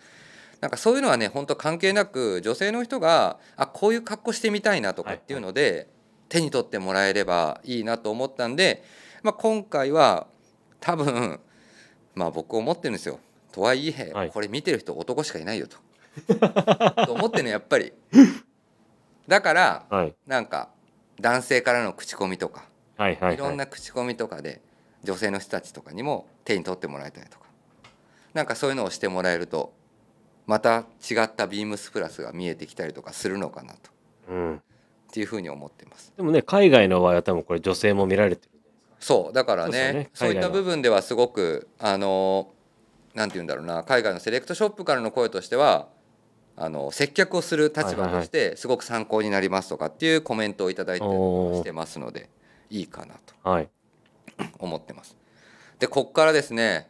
S2: なんかそういうのはね本当関係なく女性の人があこういう格好してみたいなとかっていうので、手に取ってもらえればいいなと思ったんで、まあ、今回は多分まあ僕思ってるんですよ。とはいえ、
S1: はい
S2: これ見てる人男しかいないよとと思ってねやっぱり。だから
S1: はい
S2: なんか男性からの口コミとか
S1: はいはい
S2: いろん
S1: な
S2: な口コミとかで女性の人たちとかにも手に取ってもらいたいとかなんかそういうのをしてもらえるとまた違ったビームスプラスが見えてきたりとかするのかなと
S1: うん
S2: っていうふうに思ってます。
S1: でもね海外の場合は多分これ女性も見られてる
S2: そうだからね
S1: そうです
S2: そう
S1: よね海外の
S2: いった部分ではすごくあのなんて言うんだろうな海外のセレクトショップからの声としてはあの接客をする立場としてすごく参考になりますとかっていうコメントをいただいて
S1: おー
S2: してますのでいいかなと。
S1: はい
S2: 思ってますでこっからですね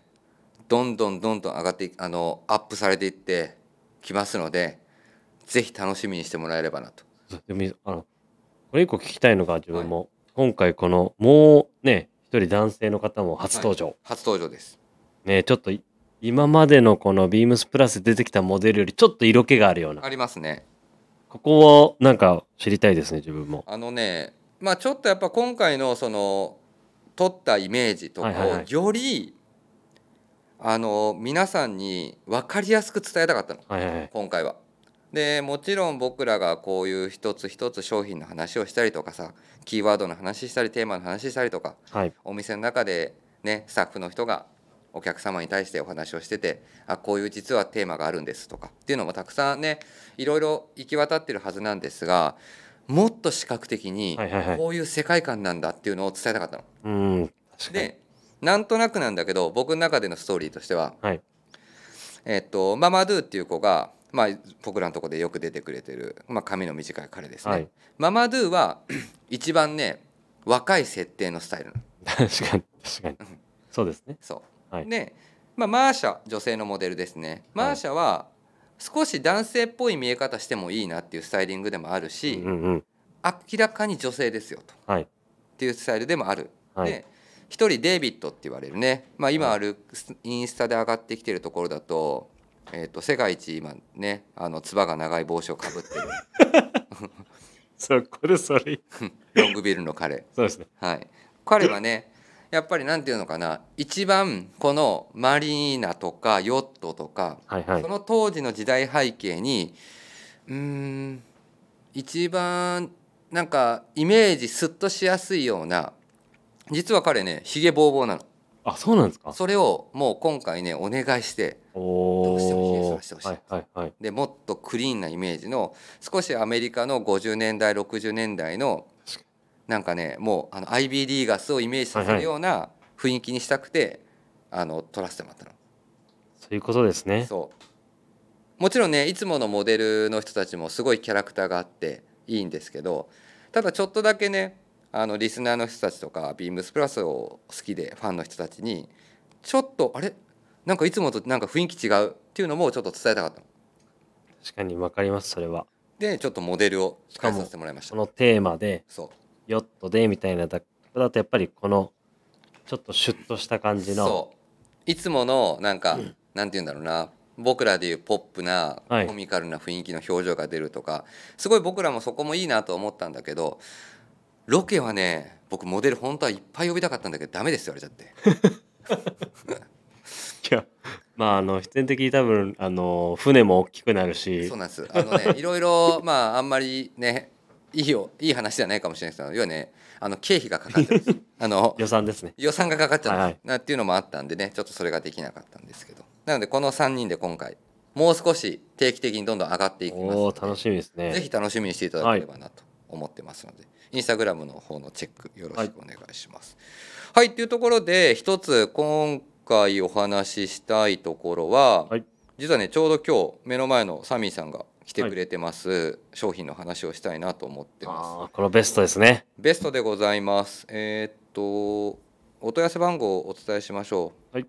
S2: どんどんどんどん上がっていあのアップされていってきますのでぜひ楽しみにしてもらえればなと
S1: でもあのこれ一個聞きたいのが自分も、今回このもうね一人男性の方も初登場、
S2: 初登場です
S1: ねちょっとい今までのこのビームスプラスで出てきたモデルよりちょっと色気があるような
S2: ありますね
S1: ここをなんか知りたいですね自分も
S2: あのねまあちょっとやっぱ今回のその撮ったイメージとか
S1: はいはいは
S2: を
S1: い
S2: よりあの皆さんに分かりやすく伝えたかったの
S1: はいはいはい
S2: 今回は。でもちろん僕らがこういう一つ一つ商品の話をしたりとかさキーワードの話したりテーマの話したりとか
S1: はい
S2: お店の中でねスタッフの人がお客様に対してお話をしててあこういう実はテーマがあるんですとかっていうのもたくさんねいろいろ行き渡ってるはずなんですがもっと視覚的に
S1: はいはいはい
S2: こういう世界観なんだっていうのを伝えたかったの。
S1: うん確かに
S2: でなんとなくなんだけど僕の中でのストーリーとしては、
S1: はい
S2: えっとママドゥっていう子が、まあ、僕らのとこでよく出てくれてる、まあ、髪の短い彼ですね。
S1: はい
S2: ママドゥは 一番ね若い設定のスタイルなの
S1: 確かに確かにそうですね
S2: そう、
S1: はい
S2: で、まあ、マーシャ女性のモデルですねマーシャは少し男性っぽい見え方してもいいなっていうスタイリングでもあるし、
S1: うんうん
S2: 明らかに女性ですよと
S1: はい
S2: っていうスタイルでもある、
S1: はい
S2: で一人デイビッドって言われるね、まあ、今あるスインスタで上がってきてるところだと,、えー、と世界一今ねあのつばが長い帽子をか ぶってる
S1: そこでそれ
S2: ロングビルの彼
S1: そうですね
S2: はい、彼はねやっぱりなんていうのかな一番このマリーナとかヨットとか、
S1: はいはい
S2: その当時の時代背景にうーん一番なんかイメージスッとしやすいような実は彼ねひげぼうぼうなの
S1: あそうなんですか
S2: それをもう今回ねお願いして
S1: お
S2: どうしても冷え
S1: お
S2: させてほしい
S1: はいはいはい
S2: でもっとクリーンなイメージの少しアメリカの50年代60年代の
S1: 確か
S2: なんかねもうあの IB リーガスをイメージさせるような雰囲気にしたくて、あの撮らせてもらったの。
S1: そういうことですね
S2: そうもちろんねいつものモデルの人たちもすごいキャラクターがあっていいんですけどただちょっとだけねあのリスナーの人たちとかビームスプラスを好きでファンの人たちにちょっとあれなんかいつもとなんか雰囲気違うっていうのもちょっと伝えたかったの
S1: 確かに分かりますそれは
S2: でちょっとモデルを変えさせてもらいまし
S1: そ
S2: た
S1: のテーマで
S2: そう
S1: ヨットでみたいなだだとやっぱりこのちょっとシュッとした感じの
S2: そういつものなんか、なんて言うんだろうな僕らでいうポップな
S1: はい
S2: コミカルな雰囲気の表情が出るとか、すごい僕らもそこもいいなと思ったんだけどロケはね僕モデル本当はいっぱい呼びたかったんだけどダメですって言われちゃって
S1: いやまああの必然的に多分あの船も大きくなるし
S2: そうなんですあの ねいろいろまああんまりねいいよいい話じゃないかもしれないですけど要はねあの経費がかかっちゃうんです よあの
S1: 予算ですね
S2: 予算がかかっちゃった、
S1: はいはい
S2: なっていうのもあったんでねちょっとそれができなかったんですけどなのでこの3人で今回もう少し定期的にどんどん上がっていきます
S1: おお楽しみですね
S2: ぜひ楽しみにしていただければなと思ってますので、インスタグラムの方のチェックよろしくお願いします。はい、というところで一つ今回お話ししたいところは、
S1: はい
S2: 実はねちょうど今日目の前のサミーさんが来てくれてます、商品の話をしたいなと思ってます。
S1: あーこのベストですね
S2: ベストでございます。えーっとお問い合わせ番号をお伝えしましょう。
S1: はい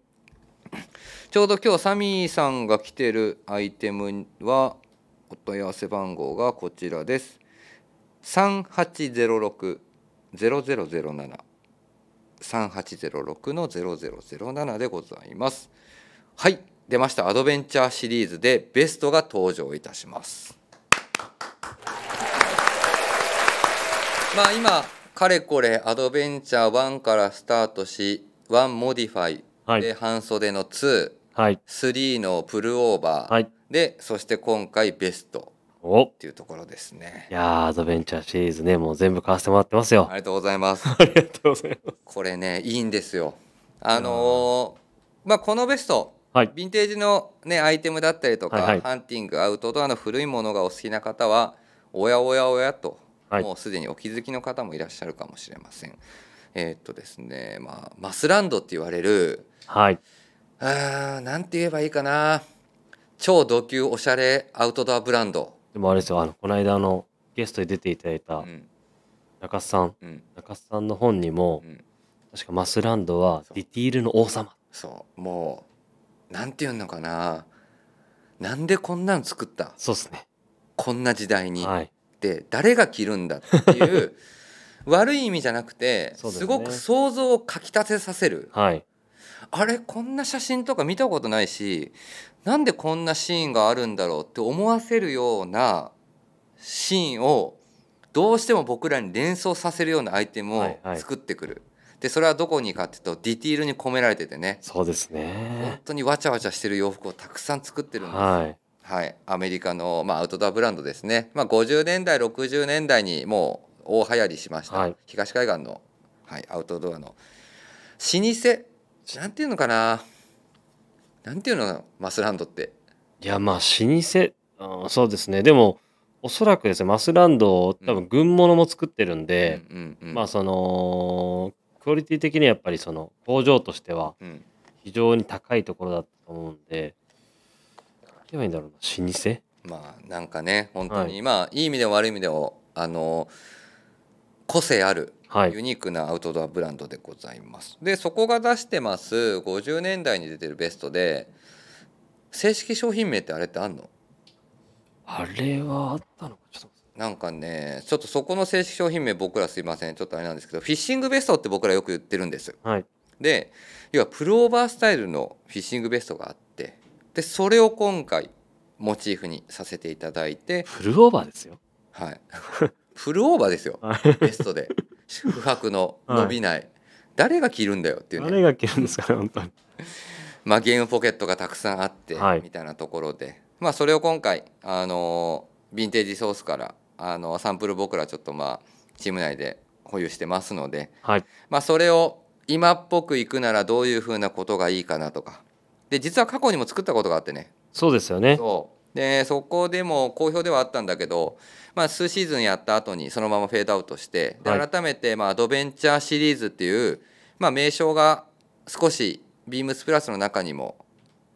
S2: ちょうど今日サミーさんが着てるアイテムはお問い合わせ番号がこちらです。三八ゼロ六ゼロゼロゼロ七三八ゼロ六のゼロゼロゼロ七でございます。はい出ましたアドベンチャーシリーズでベストが登場いたします。まあ今かれこれアドベンチャー1からスタートし1モディファイ、
S1: はい
S2: で半袖の23
S1: はい
S2: のプルオーバー、
S1: はい
S2: でそして今回ベスト
S1: おい
S2: っていうところですね
S1: やーアドベンチャーシリーズねもう全部買わせてもらってますよ
S2: ありがとうございます
S1: ありがとうございます
S2: これねいいんですよあのーまあこのベスト
S1: はい
S2: ヴィンテージのねアイテムだったりとか、
S1: はいはい
S2: ハンティングアウトドアの古いものがお好きな方はおやおやおやと、
S1: はい
S2: もうすでにお気づきの方もいらっしゃるかもしれません。えーっとですね、まあ、マスランドって言われる
S1: はい
S2: あーなんて言えばいいかな超ド級おしゃれアウトドアブランド。
S1: でもあれですよあのこの間あのゲストに出ていただいうた
S2: ん
S1: 中須さん
S2: うん
S1: 中須さんの本にも
S2: うん、
S1: 確かマスランドはディティールの王様
S2: そうもうなんて言うのかななんでこんなん作った
S1: そうですね
S2: こんな時代に。
S1: はい
S2: って誰が着るんだっていう 悪い意味じゃなくてす,、
S1: そうですね
S2: ごく想像をかきたてさせる
S1: はい
S2: あれこんな写真とか見たことないしなんでこんなシーンがあるんだろうって思わせるようなシーンをどうしても僕らに連想させるようなアイテム
S1: は
S2: を
S1: いはい
S2: 作ってくる、でそれはどこにかっていうとディティールに込められててね
S1: そうです
S2: 本
S1: ね
S2: 当にわちゃわちゃしてる洋服をたくさん作ってるんですよ
S1: はい
S2: はい、アメリカの、まあ、アウトドアブランドですね、まあ、50年代60年代にもう大流行りしました、
S1: はい
S2: 東海岸の、はい、アウトドアの老舗なんていうのかななんていうのマスランドって
S1: いやまあ老舗うんそうですねでもおそらくですねマスランド多分軍物も作ってるんで、
S2: うんうんうん
S1: まあそのクオリティ的にはやっぱりその工場としては
S2: うん
S1: 非常に高いところだったと思うんで何て言えばいいんだろうな老舗
S2: まあなんかね本当に、、
S1: はい
S2: まあいい意味でも悪い意味でもあの個性ある
S1: は
S2: ユ
S1: い
S2: ニークなアウトドアブランドでございます。でそこが出してます50年代に出てるベストで正式商品名ってあれってあんの
S1: あれはあったのかちょっと
S2: なんかねちょっとそこの正式商品名僕らすいませんちょっとあれなんですけどフィッシングベストって僕らよく言ってるんです
S1: はい
S2: で要はプルオーバースタイルのフィッシングベストがあってでそれを今回モチーフにさせていただいて
S1: フルオーバーですよ
S2: はい プルオーバーですよ
S1: は
S2: ベストで不白の伸びない、誰が着るんだよっていうね
S1: 誰が着るんですかね本当に
S2: まあ、ゲームポケットがたくさんあって、
S1: はい
S2: みたいなところで、まあ、それを今回あのーヴィンテージソースからあのサンプル僕らちょっとまあチーム内で保有してますので、
S1: はい
S2: まあ、それを今っぽくいくならどういうふうなことがいいかなとかで実は過去にも作ったことがあってね
S1: そうですよね
S2: そうでそこでも好評ではあったんだけど、まあ、数シーズンやった後にそのままフェードアウトしてで
S1: はい
S2: 改めてまあアドベンチャーシリーズっていう、まあ、名称が少しビームスプラスの中にも、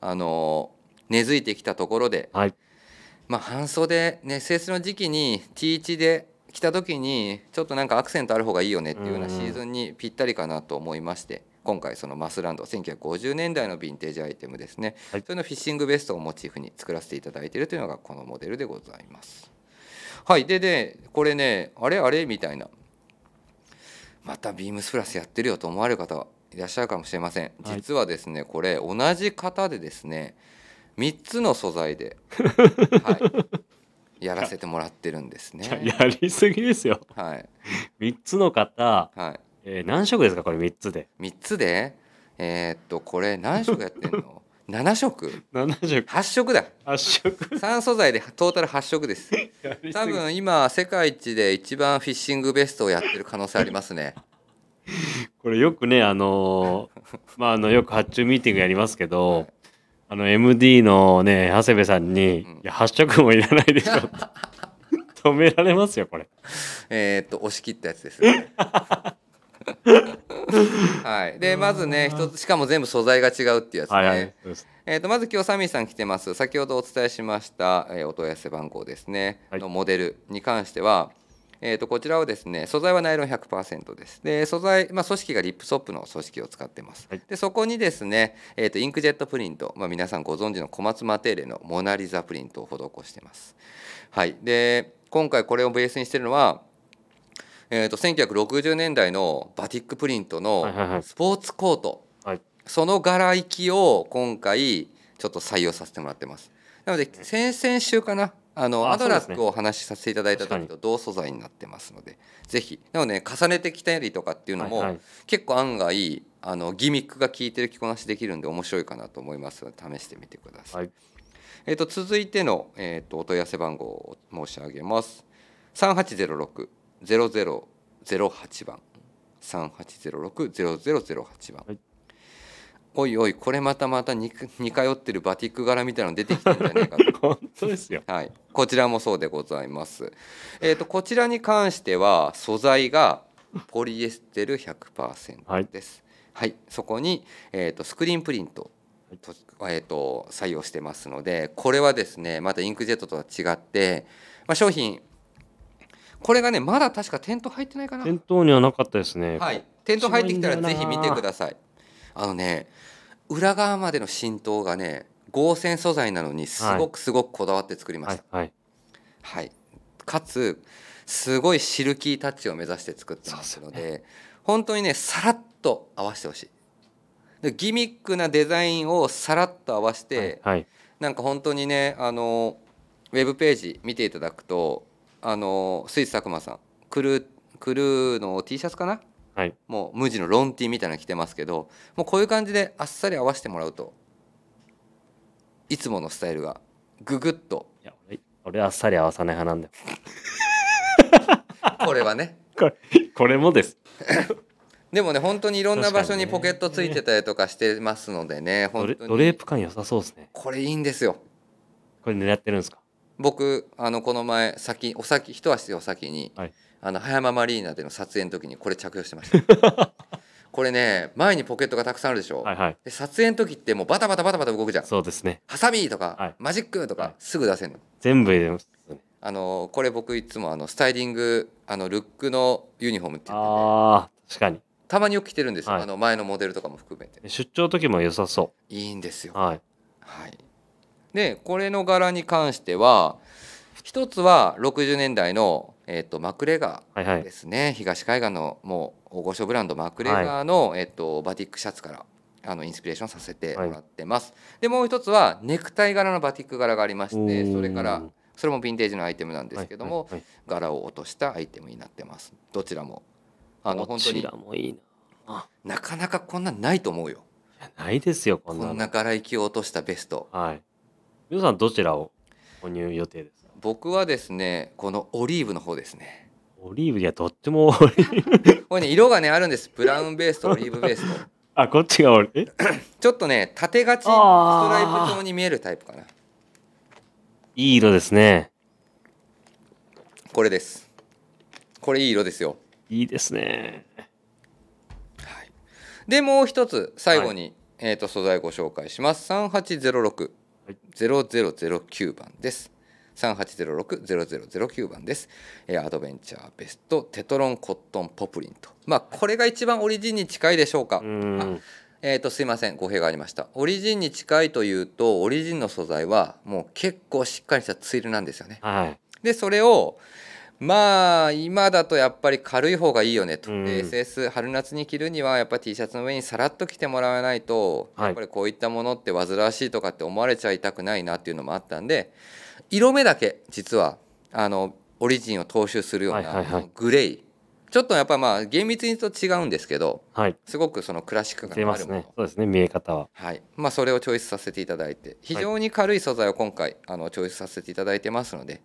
S2: あのー根付いてきたところで、
S1: はい
S2: まあ、半袖、ね、清掃の時期に T1 で着た時にちょっとなんかアクセントある方がいいよねっていうようなシーズンにぴったりかなと思いまして、今回そのマスランド1950年代のヴィンテージアイテムですね、
S1: はい
S2: それのフィッシングベストをモチーフに作らせていただいているというのがこのモデルでございます。はいででこれねあれあれみたいなまたビームスプラスやってるよと思われる方いらっしゃるかもしれません
S1: はい
S2: 実はですねこれ同じ型でですね3つの素 材で、はい、やらせてもらってるんで すね。
S1: ややりすぎですよ。
S2: はい
S1: 3つの方、
S2: はい
S1: えー何色ですかこれ3つで。
S2: 3つでえーっとこれ何色やって んの7色
S1: 7色。
S2: 8色だ
S1: 8色。
S2: 3素材でトータル8 色です
S1: やり
S2: 多
S1: すぎ。
S2: 分今世界一で一番フィッシングベストをやってる可能性ありますね
S1: これよくね、あのー まあ、あの、よく発注ミーティングやりますけど、
S2: はい
S1: あの、MD のね、長谷部さんに、
S2: うん
S1: いや、発色もいらないでしょって止められますよ、これ。
S2: えーっと押し切ったやつで すねはい、でまずね一つしかも全部素材が違うっていうやつね、
S1: はいはい。そうです
S2: えー、とまず今日サミーさん来てます先ほどお伝えしました、えーお問い合わせ番号ですね、
S1: はい
S2: のモデルに関しては、えー、とこちらはですね素材はナイロン100%ですで素材、まあ、組織がリップソップの組織を使ってます、
S1: はい
S2: でそこにですね、えー、とインクジェットプリント、まあ、皆さんご存知の小松マテーレのモナ・リザプリントを施してますはいで今回これをベースにしてるのはえー、と1960年代のバティックプリント
S1: はいはいは
S2: の
S1: い
S2: スポーツコート、
S1: はい。
S2: その柄行きを今回ちょっと採用させてもらってます。なので先々週かなあの
S1: あ
S2: アド
S1: そうで
S2: ラッ
S1: す
S2: ク
S1: ね
S2: をお話しさせていただいた
S1: 確
S2: 時と同素材になってますのでぜひなので、ね、重ねてきたりとかっていうのも、
S1: はいはい
S2: 結構案外あのギミックが効いてる着こなしできるんで面白いかなと思いますので試してみてください。
S1: はい。
S2: えー、と続いての、えー、とお問い合わせ番号を申し上げます3806-0008番3806-0008番、
S1: はい
S2: おいおいこれまたまたに似通ってるバティック柄みたいなの出てきたんじゃねえか と
S1: 本当ですよ。
S2: はい、こちらもそうでございます、えー、とこちらに関しては素材がポリエステル
S1: はい
S2: 100%です、はいそこに、えー、とスクリーンプリントと,、えー、と採用してますのでこれはですねまたインクジェットとは違って、まあ、商品これがねまだ確か店頭入ってないかな
S1: 店頭にはなかったですね。
S2: はい、店頭入ってきたら
S1: 一番
S2: ぜ
S1: いいんだよ
S2: ひ
S1: な
S2: 見てくださいあのね裏側までの浸透がね合成素材なのにすごくすごくこだわって作りま
S1: は
S2: し
S1: い
S2: た、。
S1: はい。
S2: はい、かつすごいシルキータッチを目指して作ってますので本当にねさらっと合わせてほしいでギミックなデザインをさらっと合わせて、
S1: はい。はい
S2: なんか本当にねあのウェブページ見ていただくとあのスイス佐久間さんクルークルーの T シャツかな
S1: はい。
S2: もう無地のロンティーみたいなの着てますけどもうこういう感じであっさり合わせてもらうといつものスタイルがググッと
S1: いや、俺、俺あっさり合わさない派なんだよ。
S2: これはね
S1: これ、これもです。
S2: でもね本当にいろんな場所に
S1: 確か
S2: ポ
S1: にね
S2: ケットついてたりとかしてますのでね
S1: ド
S2: 本
S1: レ
S2: 当
S1: ドレー
S2: に
S1: プ感良さそうですね。
S2: これいいんですよ
S1: これ狙ってるんですか
S2: 僕あのこの前先お先一足お先に、
S1: はい
S2: あの葉山マリーナでの撮影の時にこれ着用してました これね前にポケットがたくさんあるでしょ、
S1: はいはい。
S2: で撮影の時ってもうバタバタバタバタ動くじゃん
S1: そうですね。
S2: ハサミとか、
S1: はい
S2: マジックと
S1: は
S2: か
S1: い
S2: すぐ出せるの
S1: 全部入れます。
S2: あのこれ僕いつもあのスタイリングあのルックのユニフォームって言ってて、
S1: ああ、確かに。
S2: たまによく着てるんですよ、
S1: はい
S2: あの前のモデルとかも含めて
S1: 出張の時も良さそ
S2: いいんですよ
S1: う。はい。
S2: はい、でこれの柄に関しては一つは60年代の、えっとマクレガ
S1: はいは
S2: ーで
S1: い。
S2: すね東海岸のもう大御所ブランドマクレガーの、えっとバティックシャツからあのインスピレーションさせてもらってます、でもう一つはネクタイ柄のバティック柄がありましてそれからそれもヴィンテージのアイテムなんですけども、
S1: はい
S2: 柄を落としたアイテムになってますどちらも
S1: は
S2: あ
S1: い
S2: の
S1: はい、こ
S2: 本当
S1: ち
S2: に
S1: らもいいな。
S2: なかなかこんなんないと思うよ
S1: いやないですよ、こ
S2: こ
S1: んなの。
S2: んな柄行きを落としたベスト
S1: はい。皆さん、どちらを購入予定ですか
S2: 僕はですねこのオリーブの方ですね
S1: オリーブ、いや、どっちもオリーブ。
S2: これね色がねあるんですブラウンベースとオリーブベースと
S1: あ、こっちがオリーブ。え
S2: ちょっとね縦がちストライ
S1: あー
S2: プ状に見えるタイプかない
S1: い色ですね。
S2: これですこれいい色ですよ
S1: いいですね。
S2: はい、でもう一つ最後に、えー、と素材ご紹介します3806-0009番です3806-0009番です、えーアドベンチャーベストテトロンコットンポプリンとまあこれが一番オリジンに近いでしょうか、
S1: うん。
S2: えー、とすいません語弊がありましたオリジンに近いというとオリジンの素材はもう結構しっかりしたツイルなんですよね
S1: はい。
S2: でそれをまあ今だとやっぱり軽い方がいいよねと、
S1: うん
S2: SS 春夏に着るにはやっぱ T シャツの上にさらっと着てもらわないと、
S1: はい
S2: やっぱりこういったものって煩わしいとかって思われちゃいたくないなっていうのもあったんで色目だけ実はあのオリジンを踏襲するような、
S1: はいはいはい
S2: グレーちょっとやっぱまあ厳密に言うと違うんですけど
S1: はい。
S2: すごくそのクラシック感
S1: 出
S2: の
S1: ま
S2: ある
S1: す
S2: もの、
S1: ね。そうですね、見え方は。
S2: はいまあ、それをチョイスさせていただいて非常に軽い素材を今回あのチョイスさせていただいてますので、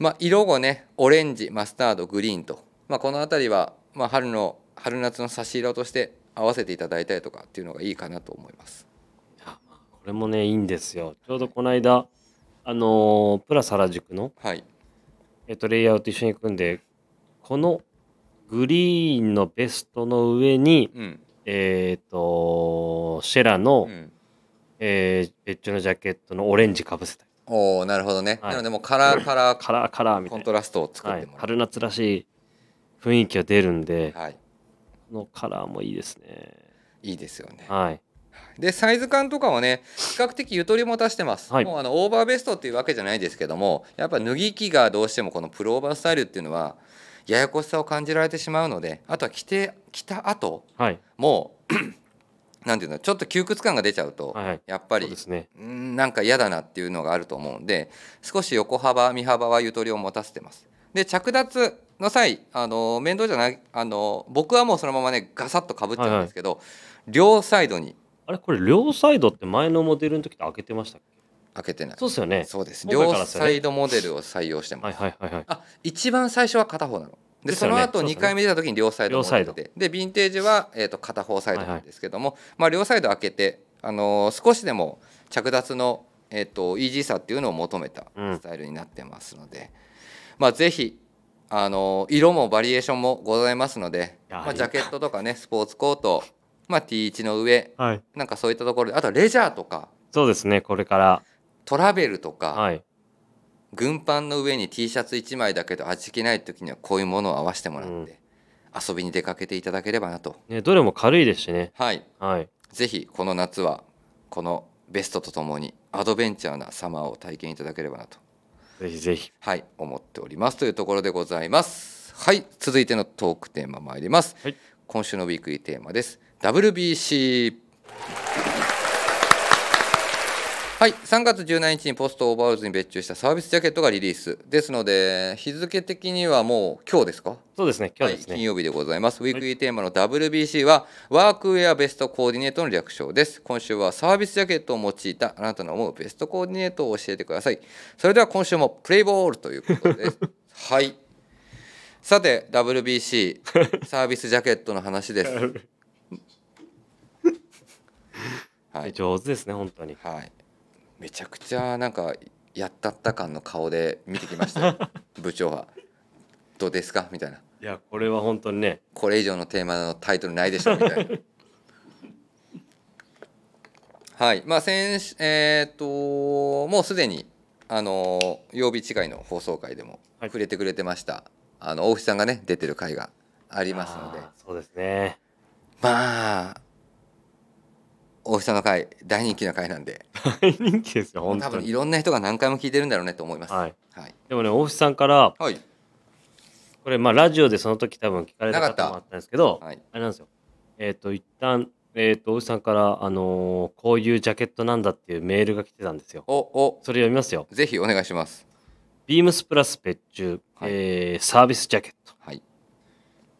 S2: まあ、色をねオレンジマスタードグリーンと、まあ、この辺りは、まあ、春の春夏の差し色として合わせていただいたりとかっていうのがいいかなと思います。
S1: これもね、いいんですよ。ちょうどこの間、あのープラス原宿の、
S2: はい、
S1: えっと、レイヤーと一緒に組んで、このグリーンのベストの上に、
S2: うん
S1: えっ、と、シェラの、
S2: うん、
S1: えー別注のジャケットのオレンジかぶせたり。
S2: おーなるほどね、
S1: はい
S2: なのでもうカラーカラー
S1: カラーカラーみた
S2: コ
S1: い
S2: ン
S1: な。
S2: トラストを作っ
S1: は
S2: て
S1: い
S2: も、らう、
S1: 春夏らしい雰囲気が出るんで、
S2: はいい、
S1: このカラーもいいですね。
S2: いですよね。
S1: はい。
S2: でサイズ感とかはね比較的ゆとりも足してます、
S1: はい
S2: もうあのオーバーベストっていうわけじゃないですけどもやっぱ脱ぎ着がどうしてもこのプルオーバースタイルっていうのはややこしさを感じられてしまうのであとは着て着た後
S1: はい。
S2: も うなんていうのちょっと窮屈感が出ちゃうと、
S1: はい、はい。
S2: やっぱ
S1: そう
S2: り
S1: ですね。
S2: うーんなんか嫌だなっていうのがあると思うんで少し横幅身幅はゆとりを持たせてますで着脱の際あの面倒じゃないあの僕はもうそのままねガサッとかぶっちゃうんですけど、両サイドに
S1: あれ、これ両サイドって前のモデルの時って開けてましたっけ
S2: 開けてない
S1: そうですよね。
S2: そうです
S1: 今回
S2: 両
S1: からですよね
S2: サイドモデルを採用してます、
S1: はいはいはいはい。
S2: あ一番最初は片方なの
S1: で
S2: で
S1: す
S2: そ
S1: よね
S2: の後
S1: そうです
S2: 2
S1: ね
S2: 回目出た時に両サイドモデル
S1: 両サ
S2: ででヴィンテージは、えー、と片方サイド
S1: はいは
S2: ないんですけども、まあ、両サイド開けて、あのー少しでも着脱の、えー、とイージーさっていうのを求めた
S1: うん
S2: スタイルになってますので、まあ、ぜひ、あのー色もバリエーションもございますので、
S1: やはり
S2: まあ、ジャケットとかねスポーツコート、まあ、T1 の上
S1: はい。
S2: なんかそういったところであとはレジャーとか
S1: そうですね、これから。
S2: トラベルとか、
S1: はい。
S2: 軍パンの上に T シャツ1枚だけど味気ない時にはこういうものを合わせてもらって、
S1: うん
S2: 遊びに出かけていただければなと
S1: ね、どれも軽いですしね。
S2: はい
S1: はい。
S2: ぜひこの夏はこのベストとともにアドベンチャーなサマーを体験いただければなと
S1: ぜひぜひ。
S2: はい思っておりますというところでございますはい続いてのトークテーマ参ります、
S1: はい
S2: 今週のウィークリーテーマです WBC はい3月17日にポストオーバーオールズに別注したサービスジャケットがリリースですので日付的にはもう今日ですか
S1: そうですね、今日です
S2: はい、
S1: ね。
S2: 金曜日でございます。ウィークリーテーマの WBC は、ワークウェアベストコーディネートの略称です。今週はサービスジャケットを用いたあなたの思うベストコーディネートを教えてください。それでは今週もプレイボールということです。はい。さて WBC サービスジャケットの話です。はい。
S1: 上手ですね、本当に。
S2: はい。めちゃくちゃなんかやったった感の顔で見てきましたよ。部長はどうですかみたいな。
S1: いや、これは本当にね。
S2: これ以上のテーマのタイトルないでしょみたい な。はい、まあ先週えーっともうすでにあの曜日違いの放送回でも
S1: はい
S2: 触れてくれてました、あの大渕さんがね出てる回がありますので
S1: あーそうですね。
S2: まあ大渕さんの回大人気の回なんで
S1: 大人気ですよ、本
S2: 多
S1: 当
S2: 分い
S1: に。
S2: ろんな人が何回も聞いてるんだろうねと思います。
S1: はい。
S2: はい、
S1: でもね、大渕さんから、
S2: はい
S1: これ、まあ、ラジオでその時多分聞かれた
S2: なかった
S1: 方もあったんですけど、
S2: はい
S1: あれなんですよ。えっ、と、一旦、えっ、と、大内さんから、あのーこういうジャケットなんだっていうメールが来てたんですよ。
S2: おお
S1: それ読みますよ。
S2: ぜひお願いします。
S1: ビームスプラス別注、
S2: はい
S1: えーサービスジャケット。
S2: はい、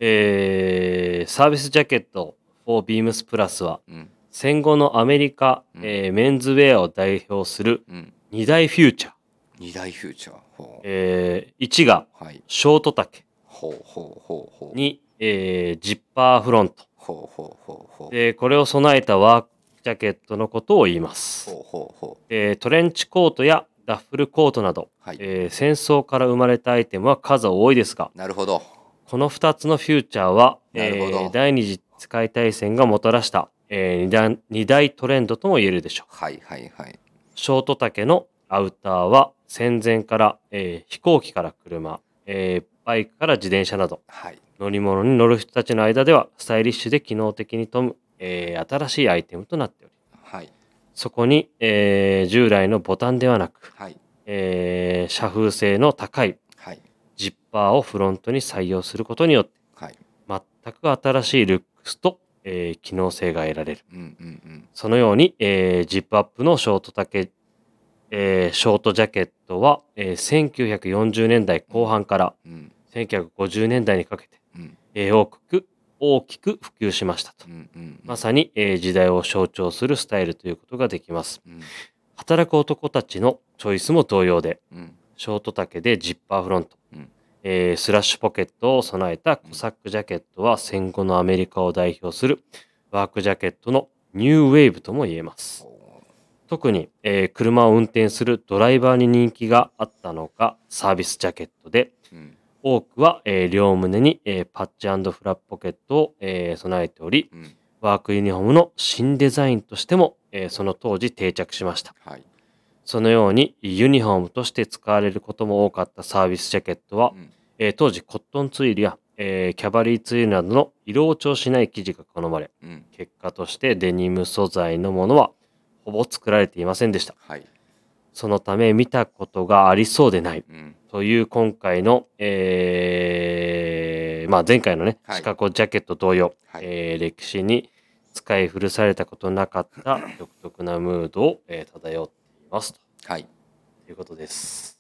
S1: えーサービスジャケット for ビームスプラスは、
S2: うん
S1: 戦後のアメリカ、
S2: うん
S1: えーメンズウェアを代表する
S2: うん、
S1: 二大フューチャー。
S2: 二大フューチャー。ほう
S1: えー、1が
S2: はい
S1: ショート丈、
S2: ほうほうほうほう。
S1: 2、えージッパーフロント。
S2: ほうほうほうほう。
S1: で、これを備えたワークジャケットのことを言います。
S2: ほうほうほ
S1: でトレンチコートやダッフルコートなど、
S2: う。はい。
S1: えー戦争から生まれたアイテムは数多いですが
S2: なるほど。
S1: この2つのフューチャーは、
S2: なるほど
S1: えー第二次世界大戦がもたらした、えー二大二大トレンドとも言えるでしょう
S2: はいはいはい。
S1: ショート丈のアウターは戦前から、えー飛行機から車、えーバイクから自転車など
S2: はい
S1: 乗り物に乗る人たちの間ではスタイリッシュで機能的に富む、えー新しいアイテムとなっており
S2: はい
S1: そこに、えー従来のボタンではなく、
S2: はい
S1: えー遮風性の高い
S2: はい
S1: ジッパーをフロントに採用することによって
S2: はい
S1: 全く新しいルックスと、えー機能性が得られる
S2: うんうんうん
S1: そのように、えージップアップのショート丈、えーショートジャケットは、えー1940年代後半から
S2: うん
S1: 1950年代にかけて、
S2: うん
S1: えー大きく大きく普及しましたと
S2: う。んうん
S1: まさに、えー時代を象徴するスタイルということができます。
S2: うん
S1: 働く男たちのチョイスも同様で、
S2: うん
S1: ショート丈でジッパーフロント、
S2: うん
S1: えースラッシュポケットを備えたコサックジャケットは戦後のアメリカを代表するワークジャケットのニューウェーブとも言えます。
S2: お
S1: 特に、えー車を運転するドライバーに人気があったのかサービスジャケットで
S2: ーうん
S1: 多くは、えー両胸に、えーパッチフラップポケットを、えー備えており
S2: うん
S1: ワークユニフォームの新デザインとしても、えーその当時定着しました
S2: はい
S1: そのようにユニフォームとして使われることも多かったサービスジャケットは、
S2: うん
S1: えー当時コットンツイルや、えーキャバリーツイルなどの色落ちをしない生地が好まれ
S2: うん
S1: 結果としてデニム素材のものはほぼ作られていませんでした
S2: はい
S1: そのため見たことがありそうでない
S2: うん
S1: という今回の、えーまあ、前回のね、
S2: はい
S1: シカゴジャケット同様、
S2: はい
S1: えー歴史に使い古されたことなか った独特なムードを、えー漂っていますと
S2: はい
S1: いうことです。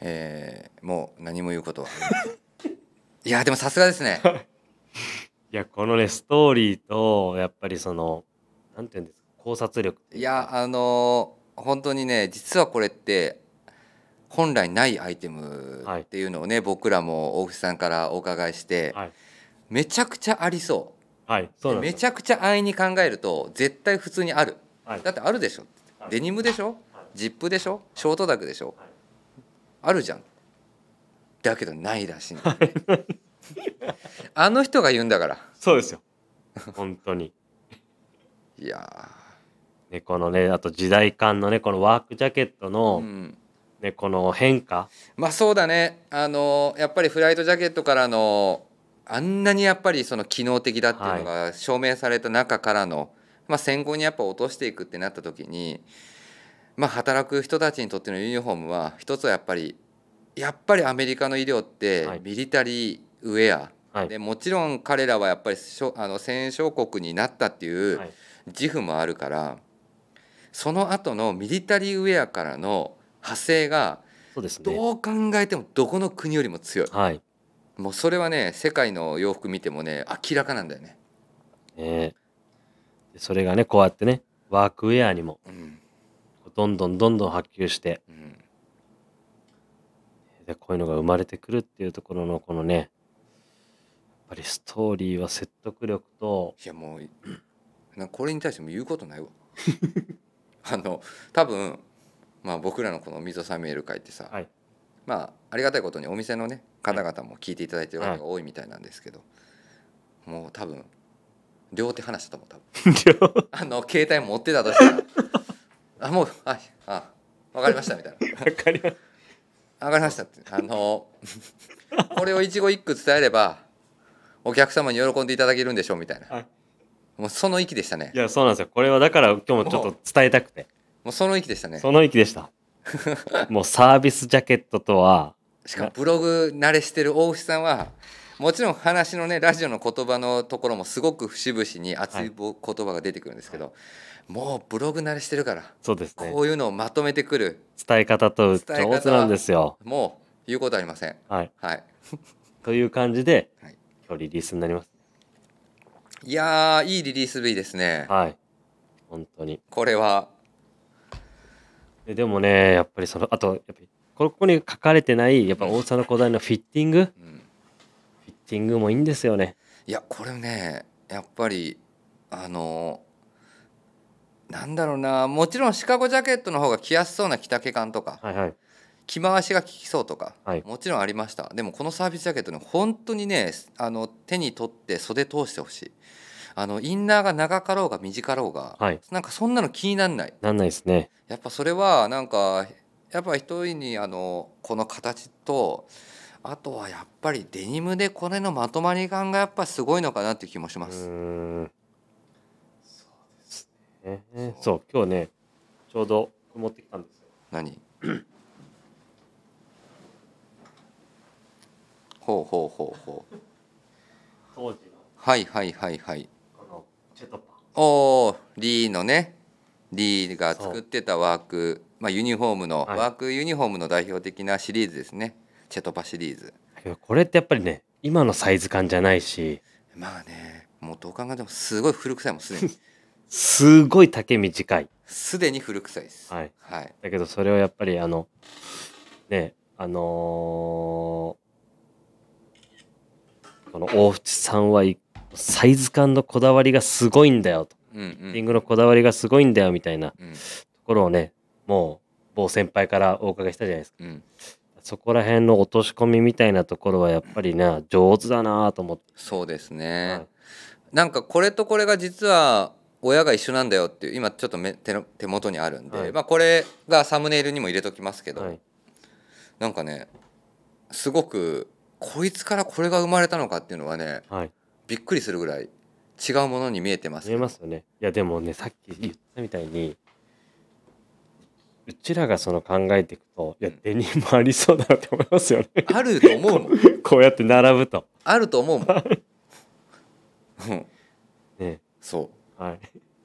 S2: えーもう何も言うことは ありませんいやでもさすがですね
S1: いやこのねストーリーとやっぱりそのなんていうんですか考察力って
S2: いうや
S1: か
S2: あのー本当にね実はこれって本来ないアイテム
S1: はい
S2: っていうのをね、僕らも大口さんからお伺いして、
S1: はい
S2: めちゃくちゃありそ
S1: はいそううなん
S2: め
S1: です
S2: ちゃくちゃ安易に考えると絶対普通にある
S1: はい
S2: だってあるでしょ、
S1: はい
S2: デニムでしょ、
S1: はい
S2: ジップでしょショートダックでしょ、
S1: はい
S2: あるじゃんだけどないらしいんだよね、 あの人が言うんだから
S1: そうですよ本当に。
S2: いや
S1: ね、このねあと時代感のねこのワークジャケット
S2: ー、
S1: の、
S2: うん
S1: ね、この変化
S2: まあそうだねあのやっぱりフライトジャケットからのあんなにやっぱりその機能的だっていうのが証明された中からの、まあ、戦後にやっぱ落としていくってなった時に、まあ、働く人たちにとってのユニフォームは一つはやっぱりやっぱりアメリカの医療って
S1: はい
S2: ミリタリーウェア、
S1: はい
S2: でもちろん彼らはやっぱりしょあの戦勝国になったっていう
S1: はい
S2: 自負もあるから、その後のミリタリーウェアからの派生が
S1: そうですね。
S2: どう考えてもどこの国よりも強い
S1: はい。
S2: もうそれはね世界の洋服見てもね明らかなんだよね、
S1: ねでそれがねこうやってねワークウェアにも
S2: うん
S1: どんどんどんどん波及して
S2: うん
S1: でこういうのが生まれてくるっていうところのこのねやっぱりストーリーは説得力と
S2: いやもうなんかこれに対しても言うことないわ あの多分、まあ、僕らのこの溝サミュエル会ってさ、
S1: はい
S2: まあありがたいことにお店のね方々も聞いていただいてる方が多いみたいなんですけど、もう多分両手離したと思う多分あの携帯持ってたとしたらあもうああ分かりましたみたいな
S1: かります
S2: 上がりましたってあの これを一語一句伝えればお客様に喜んでいただけるんでしょうみたいな、
S1: はい
S2: もうその息でしたね
S1: いやそうなんですよこれはだから今日もちょっと伝えたくて
S2: もうその息でしたね
S1: その域でした もうサービスジャケットとは
S2: しかもブログ慣れしてる大牛さんはもちろん話のねラジオの言葉のところもすごく節々に熱いぼ言葉が出てくるんですけど、もうブログ慣れしてるから
S1: そうですね
S2: こういうのをまとめてくる
S1: 伝え方と
S2: 伝え方
S1: 上手なんですよ
S2: もう言うことありません
S1: はい
S2: はい
S1: という感じで、
S2: はい
S1: 今日リリースになります
S2: いやーいいリリース日ですね
S1: はい本当に
S2: これは
S1: ででもねやっぱりそのあとやっぱりここに書かれてないやっぱ大沢のこだわりのフィッティングフ
S2: うん
S1: ィッティングもいいんですよね
S2: いやこれねやっぱりあのなんだろうなもちろんシカゴジャケットの方が着やすそうな着丈感とか
S1: はいはい
S2: 着回しが効きそうとか、
S1: はい
S2: もちろんありましたでもこのサービスジャケットね本当にねあの手に取って袖通してほしいあのインナーが長かろうが短かろうが、
S1: はい。
S2: なんかそんなの気になんない
S1: なんないですね。
S2: やっぱそれはなんかやっぱ一人にあのこの形とあとはやっぱりデニムでこれのまとまり感がやっぱすごいのかなっていう気もし
S1: う
S2: ます。
S1: ーん。そうですね。
S2: そ
S1: そう、今日ね、ちょうど持ってきたんですよ。
S2: 何ほうほうほうほう
S1: 当時
S2: はいはいはいはい
S1: のこのチェトパ。
S2: おーリーのねリーが作ってたワーク、まあ、ユニフォームの、
S1: はい
S2: ワークユニフォームの代表的なシリーズですねチェトパシリーズ
S1: いやこれってやっぱりね、今のサイズ感じゃないし、
S2: まあねもうどう考えてもすごい古臭いもんすでに
S1: すごい丈短い。
S2: すでに古臭いです
S1: はい。
S2: はい
S1: だけどそれをやっぱりあの、ね、あのーこの大淵さんはいサイズ感のこだわりがすごいんだよと、
S2: うん
S1: フ
S2: う
S1: ィッティン
S2: ん
S1: グのこだわりがすごいんだよみたいなと
S2: うん
S1: ころをね、もう某先輩からお伺いしたじゃないですか。
S2: うん
S1: そこら辺の落とし込みみたいなところはやっぱりな、上手だなと思って。
S2: そうです
S1: は
S2: ね、
S1: い
S2: なんかこれとこれが実は親が一緒なんだよっていう今ちょっとめ手の手元にあるんで、
S1: はい
S2: まあ、これがサムネイルにも入れときますけど、
S1: はい
S2: なんかねすごくこいつからこれが生まれたのかっていうのはね
S1: はい、
S2: びっくりするぐらい違うものに見えてます
S1: 見えますよね。いやでもねさっき言ったみたいにうちらがその考えていくといや
S2: うん
S1: デニムありそうだなって思いますよね。
S2: あると思うもん
S1: こうやって並ぶと。
S2: あると思うもん、うん、
S1: ね
S2: そう
S1: はい、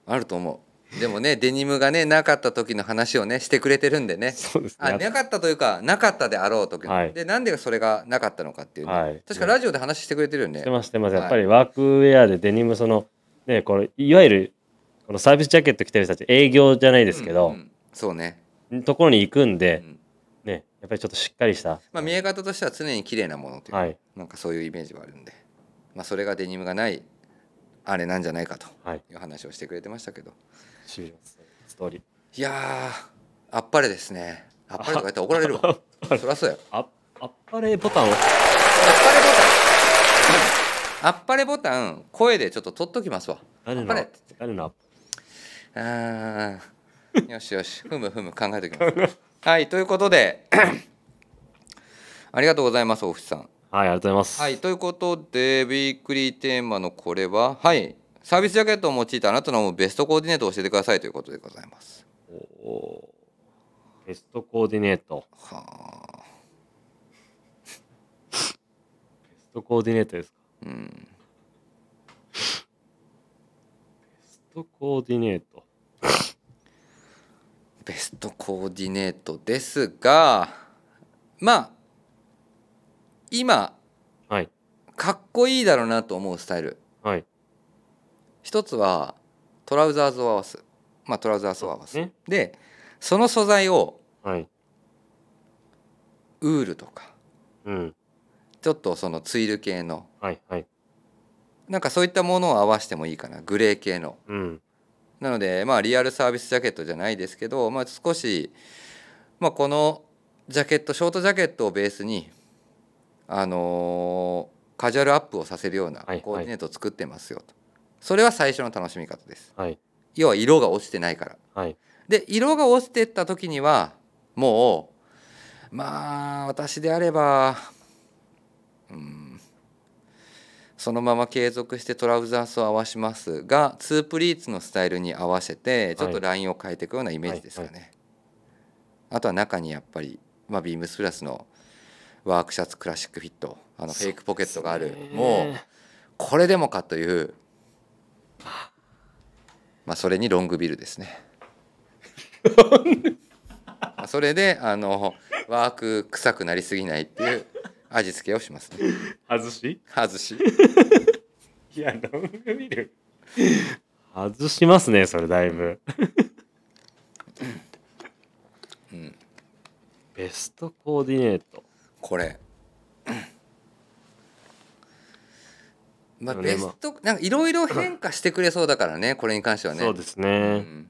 S2: あると思うでもねデニムがねなかった時の話をねしてくれてるんでね
S1: そうです
S2: あ
S1: ね。
S2: なかったというかなかったであろう時の、
S1: はい
S2: でなんでそれがなかったのかっていうね、
S1: はい
S2: 確かラジオで話してくれてるよね
S1: してますしてます
S2: はい
S1: やっぱりワークウェアでデニムそのねこれいわゆるこのサービスジャケット着てる人たち営業じゃないですけ
S2: う
S1: ど
S2: んう、んそうね、
S1: ところに行くん
S2: う
S1: で、
S2: ん
S1: ねやっぱりちょっとしっかりした。
S2: まあ、見え方としては常に綺麗なものというか、
S1: はい
S2: なんかそういうイメージはあるんで、まあ、それがデニムがないあれなんじゃないかと
S1: はい
S2: いう話をしてくれてましたけど
S1: 終了ですストーリー。
S2: いやーあっぱれですねあっぱれとか言ったら怒られる わそりゃそうや
S1: ああっぱれボタンを。
S2: あっぱれボタンあっぱれボタン声でちょっと取っときますわ
S1: 誰
S2: あっぱ
S1: の
S2: れ
S1: 誰のアップ
S2: あーよしよしふむふむ考えときますはいということで ありがとうございます大渕さん
S1: はいありがとうございます。
S2: はい、ということで、ウィークリーテーマのこれは、はい、サービスジャケットを用いてあなたの思うベストコーディネートを教えてくださいということでございます。
S1: おーベストコーディネート。
S2: はあ、
S1: ベストコーディネートですか。
S2: うん、
S1: ベストコーディネート。
S2: ベストコーディネートですが、まあ、今、
S1: はい。
S2: かっこいいだろうなと思うスタイル。
S1: はい。
S2: 一つは、トラウザーズを合わす。まあ、トラウザーズを合わす。
S1: ね。
S2: で、その素材を、
S1: はい。
S2: ウールとか、
S1: うん。
S2: ちょっとそのツイル系の、
S1: はい。はい。
S2: なんかそういったものを合わせてもいいかな、グレー系の。
S1: うん。
S2: なのでまあリアルサービスジャケットじゃないですけど、まあ、少し、まあ、このジャケットショートジャケットをベースに、あのーカジュアルアップをさせるような
S1: はいはい
S2: コーディネートを作ってますよと、それは最初の楽しみ方です
S1: はい。
S2: 要は色が落ちてないから
S1: はい。
S2: で色が落ちてった時にはもうまあ私であればうんそのまま継続してトラウザースを合わしますがツープリーツのスタイルに合わせてちょっとラインを変えていくようなイメージですかね、
S1: は
S2: あとは中にやっぱり、まあ、ビームスプラスのワークシャツクラシックフィットあのフェイクポケットがあるもうこれでもかという、まあ、それにロングビルですね。まあそれであのワーク臭くなりすぎないっていう味付けをしますね。
S1: 外し
S2: 外し
S1: いや、ロングビル。外しますね、それだいぶ。
S2: うん
S1: ベストコーディネート。
S2: これ。まあ、
S1: で
S2: ベ
S1: もね
S2: ストなんかいろいろ変化してくれそうだからねこれに関してはね。
S1: そうですね。
S2: うん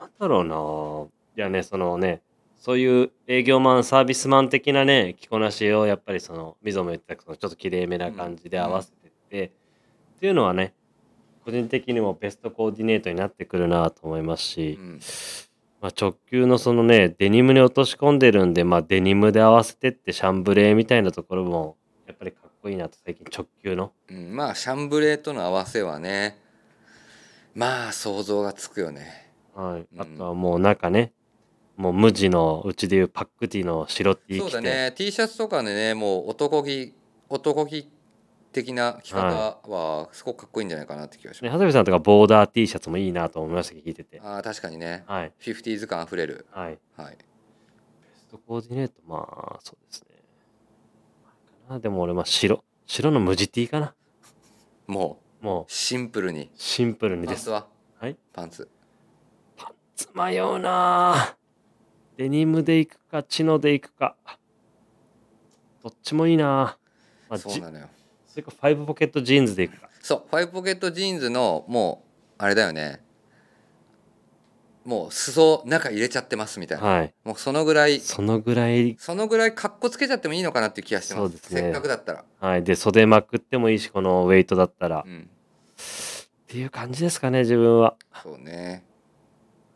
S1: なんだろうな。いやね、そのね、そういう営業マン、サービスマン的なね、着こなしをやっぱりその、みぞも言ってた、そのちょっときれいめな感じで合わせてって、っていうのはね、個人的にもベストコーディネートになってくるなと思いますし、
S2: うん
S1: まあ、直球のそのねデニムに落とし込んでるんで、まあ、デニムで合わせてってシャンブレーみたいなところもやっぱりかっこいいなと最近直球の
S2: うん、まあシャンブレーとの合わせはねまあ想像がつくよね
S1: はい、
S2: うん
S1: あとはもう中ねもう無地のうちでいうパックティーの白 T 着て
S2: そうだね T シャツとかでねもう男気男気的な着方はすごくかっこいいんじゃないかなって気がし
S1: ね
S2: ます、
S1: 長谷部さんとかボーダー T シャツもいいなと思いましたけど聞いてて
S2: ああ確かにね
S1: はい
S2: フィフティーズ感あふれる
S1: はいベ
S2: はい
S1: ストコーディネートまあそうですねあれかなでも俺まあ白白の無地 T かな
S2: も
S1: も
S2: う
S1: う
S2: シンプルに
S1: シンプルに
S2: パ
S1: で
S2: ンツ
S1: す
S2: は
S1: はい
S2: パンツ
S1: つ迷うなぁデニムで行くかチノで行くかどっちもいいなぁ、まあ、
S2: そう
S1: じ
S2: なのよ
S1: それかファイブポケットジーンズで行くか
S2: そうファイブポケットジーンズのもうあれだよねもう裾中入れちゃってますみたいな、
S1: はい
S2: もうそのぐらい
S1: そのぐらい
S2: そのぐらいかっこつけちゃってもいいのかなっていう気がしてま
S1: そう
S2: す
S1: ですね
S2: せっかくだったら、
S1: はいで袖まくってもいいしこのウェイトだったら、
S2: う
S1: っ
S2: ん、
S1: ていう感じですかね自分は
S2: そうね、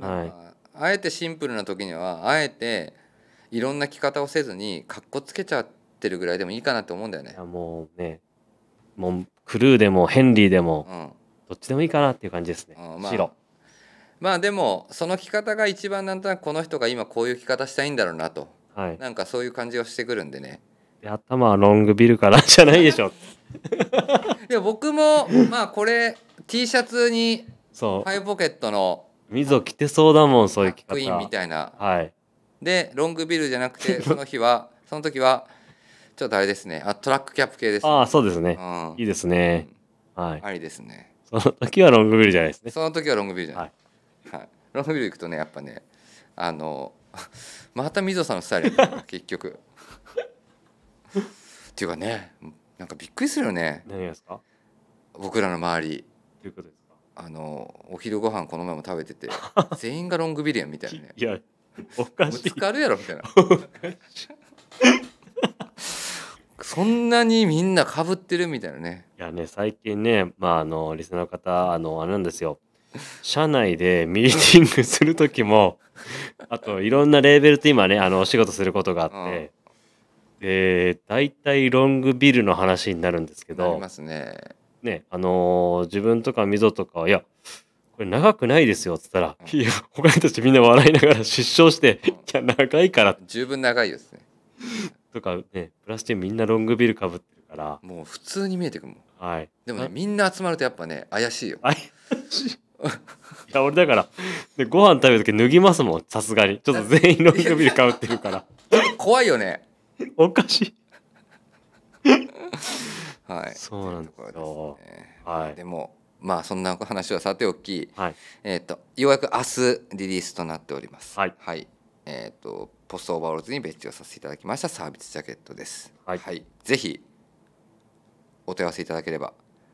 S1: はい
S2: まあ、あえてシンプルな時にはあえていろんな着方をせずにかっこつけちゃってるぐらいでもいいかなって思うんだよ
S1: い
S2: ね
S1: や、もうねもうクルーでもヘンリーでも
S2: うん
S1: どっちでもいいかなっていう感じですね、
S2: うんまあ
S1: 白
S2: まあでもその着方が一番なんとなくこの人が今こういう着方したいんだろうなと
S1: はい
S2: なんかそういう感じをしてくるんでね
S1: で頭はロングビルかなじゃないで しょ
S2: でも僕 もまあこれ T シャツに
S1: そ
S2: ファイブポケットの
S1: う溝着てそうだもん
S2: バ
S1: そういう
S2: ッ
S1: 着方
S2: クインみたいな
S1: はい
S2: でロングビルじゃなくてその日はその時はちょっとあれですねあトラックキャップ系です、
S1: ああそうですね
S2: うん
S1: いいですね。はい。
S2: ありですね
S1: その時はロングビルじゃないですね。
S2: その時はロングビルじゃない、
S1: は
S2: はいいロングビル行くとねやっぱねあの また溝さんのスタイルに 結局っていうかねなんかびっくりするよね
S1: 何がですか
S2: 僕らの周り
S1: ということですか
S2: あのお昼ご飯この前も食べ てて全員がロングビルやんみたいなね
S1: いや、おか
S2: ぶ
S1: しい
S2: つ。かるやろみた いなそんなにみんなかぶってるみたいなね
S1: いやね、最近ね、まあ、あの、リスナーの方、あの、あれなんです よ。社内でミーティングする時も、あと、いろんなレーベルと今ね、あの、お仕事することがあって、で、大体ロングビルの話になるんですけ
S2: なり
S1: ど
S2: ま、すね
S1: ね、あのー自分とか溝とかは、いや、これ長くないですよっつったら、
S2: うん
S1: いや、他の人たちみんな笑いながら失笑して、
S2: うん
S1: いや、長いから
S2: 十分長いですね
S1: とかね、プラスチックみんなロングビルかぶってるから、
S2: もう普通に見えてくもん
S1: はい。
S2: でも
S1: あ
S2: ねみんな集まるとやっぱね怪しいよ
S1: あいいや、俺だから、でご飯食べるとき脱ぎますもん、さすがに。ちょっと全員ロングビルかぶってるから。
S2: 怖いよね
S1: おかしい。
S2: はい
S1: そうなんですよ
S2: というところですね
S1: はい
S2: でもまあそんな話はさておき、
S1: はい。
S2: えー、とようやく明日リリースとなっております
S1: はい
S2: えっ、とポストオーバーオールズに別注させていただきましたサービスジャケットです
S1: はい
S2: ぜひお問い合わせいただければ、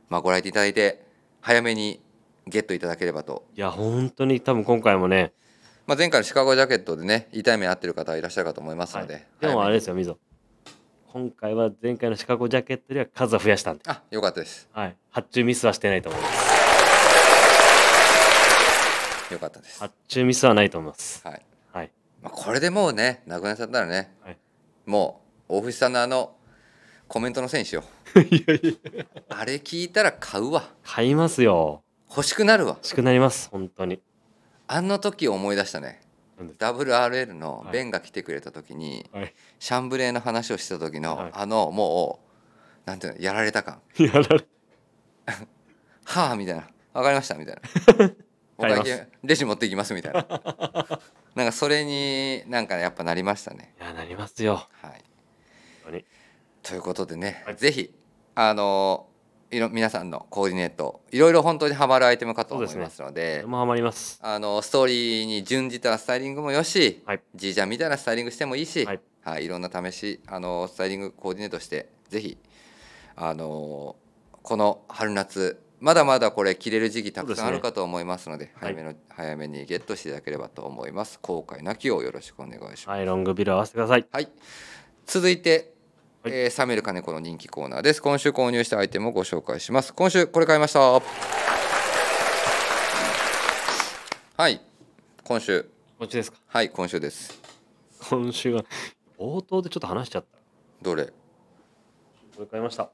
S2: まあ、ご来店いただいて早めにゲットいただければと、
S1: いや、本当に多分今回もね、
S2: まあ、前回のシカゴジャケットでね痛い目に遭ってる方いらっしゃるかと思いますので、
S1: はいでもあ
S2: 早
S1: れ
S2: めに
S1: ですよ、みぞ。今回は前回のシカゴジャケットよりは数は増やしたんで。
S2: あよかったです
S1: はい。発注ミスはしてないと思います。
S2: よかったです、は
S1: 発注ミスはないと思います。
S2: い
S1: はい。
S2: まあ、これでもうねなくなっちゃったらね、
S1: はい
S2: もう大藤さんのあのコメントのせいにしようあれ聞いたら買うわ
S1: 買いますよ。
S2: 欲しくなるわ
S1: 欲しくなります、本当に。
S2: あの時思い出したね
S1: なん です
S2: WRL の
S1: はい
S2: ベンが来てくれた時に、
S1: はい。
S2: シャンブレーの話をした時の、
S1: はい
S2: あのもうなんていうのやられた感
S1: やられ
S2: はあみたいな分かりましたみたいな お
S1: 買い
S2: 会
S1: ます
S2: 計レジ持ってきますみたいななんかそれになんかやっぱなりましたね
S1: いや、なりますよ。
S2: はい
S1: 本当に。
S2: ということでね、
S1: はい
S2: ぜひあのいろ皆さんのコーディネートいろいろ本当にハマるアイテムかと思いますの
S1: こ
S2: で
S1: れもハマります。
S2: あのストーリーに準じたスタイリングもよし、
S1: はい
S2: G ジャンみたいなスタイリングしてもいいし、
S1: は
S2: はいいいろんな試しあのスタイリングコーディネートしてぜひあのこの春夏まだまだこれ着れる時期たくさんあるかと思いますので
S1: そうですね
S2: 早めの、早めにゲットしていただければと思います後悔なきをよろしくお願いします。
S1: はい、ロングビル合わせてください。
S2: はい、続いて、
S1: はい
S2: えー冷める金子の人気コーナーです今週購入したアイテムをご紹介します今週これ買いましたはい今週
S1: こっちですか
S2: はい今週です
S1: 今週は冒頭でちょっと話しちゃった
S2: どれ
S1: これ買いました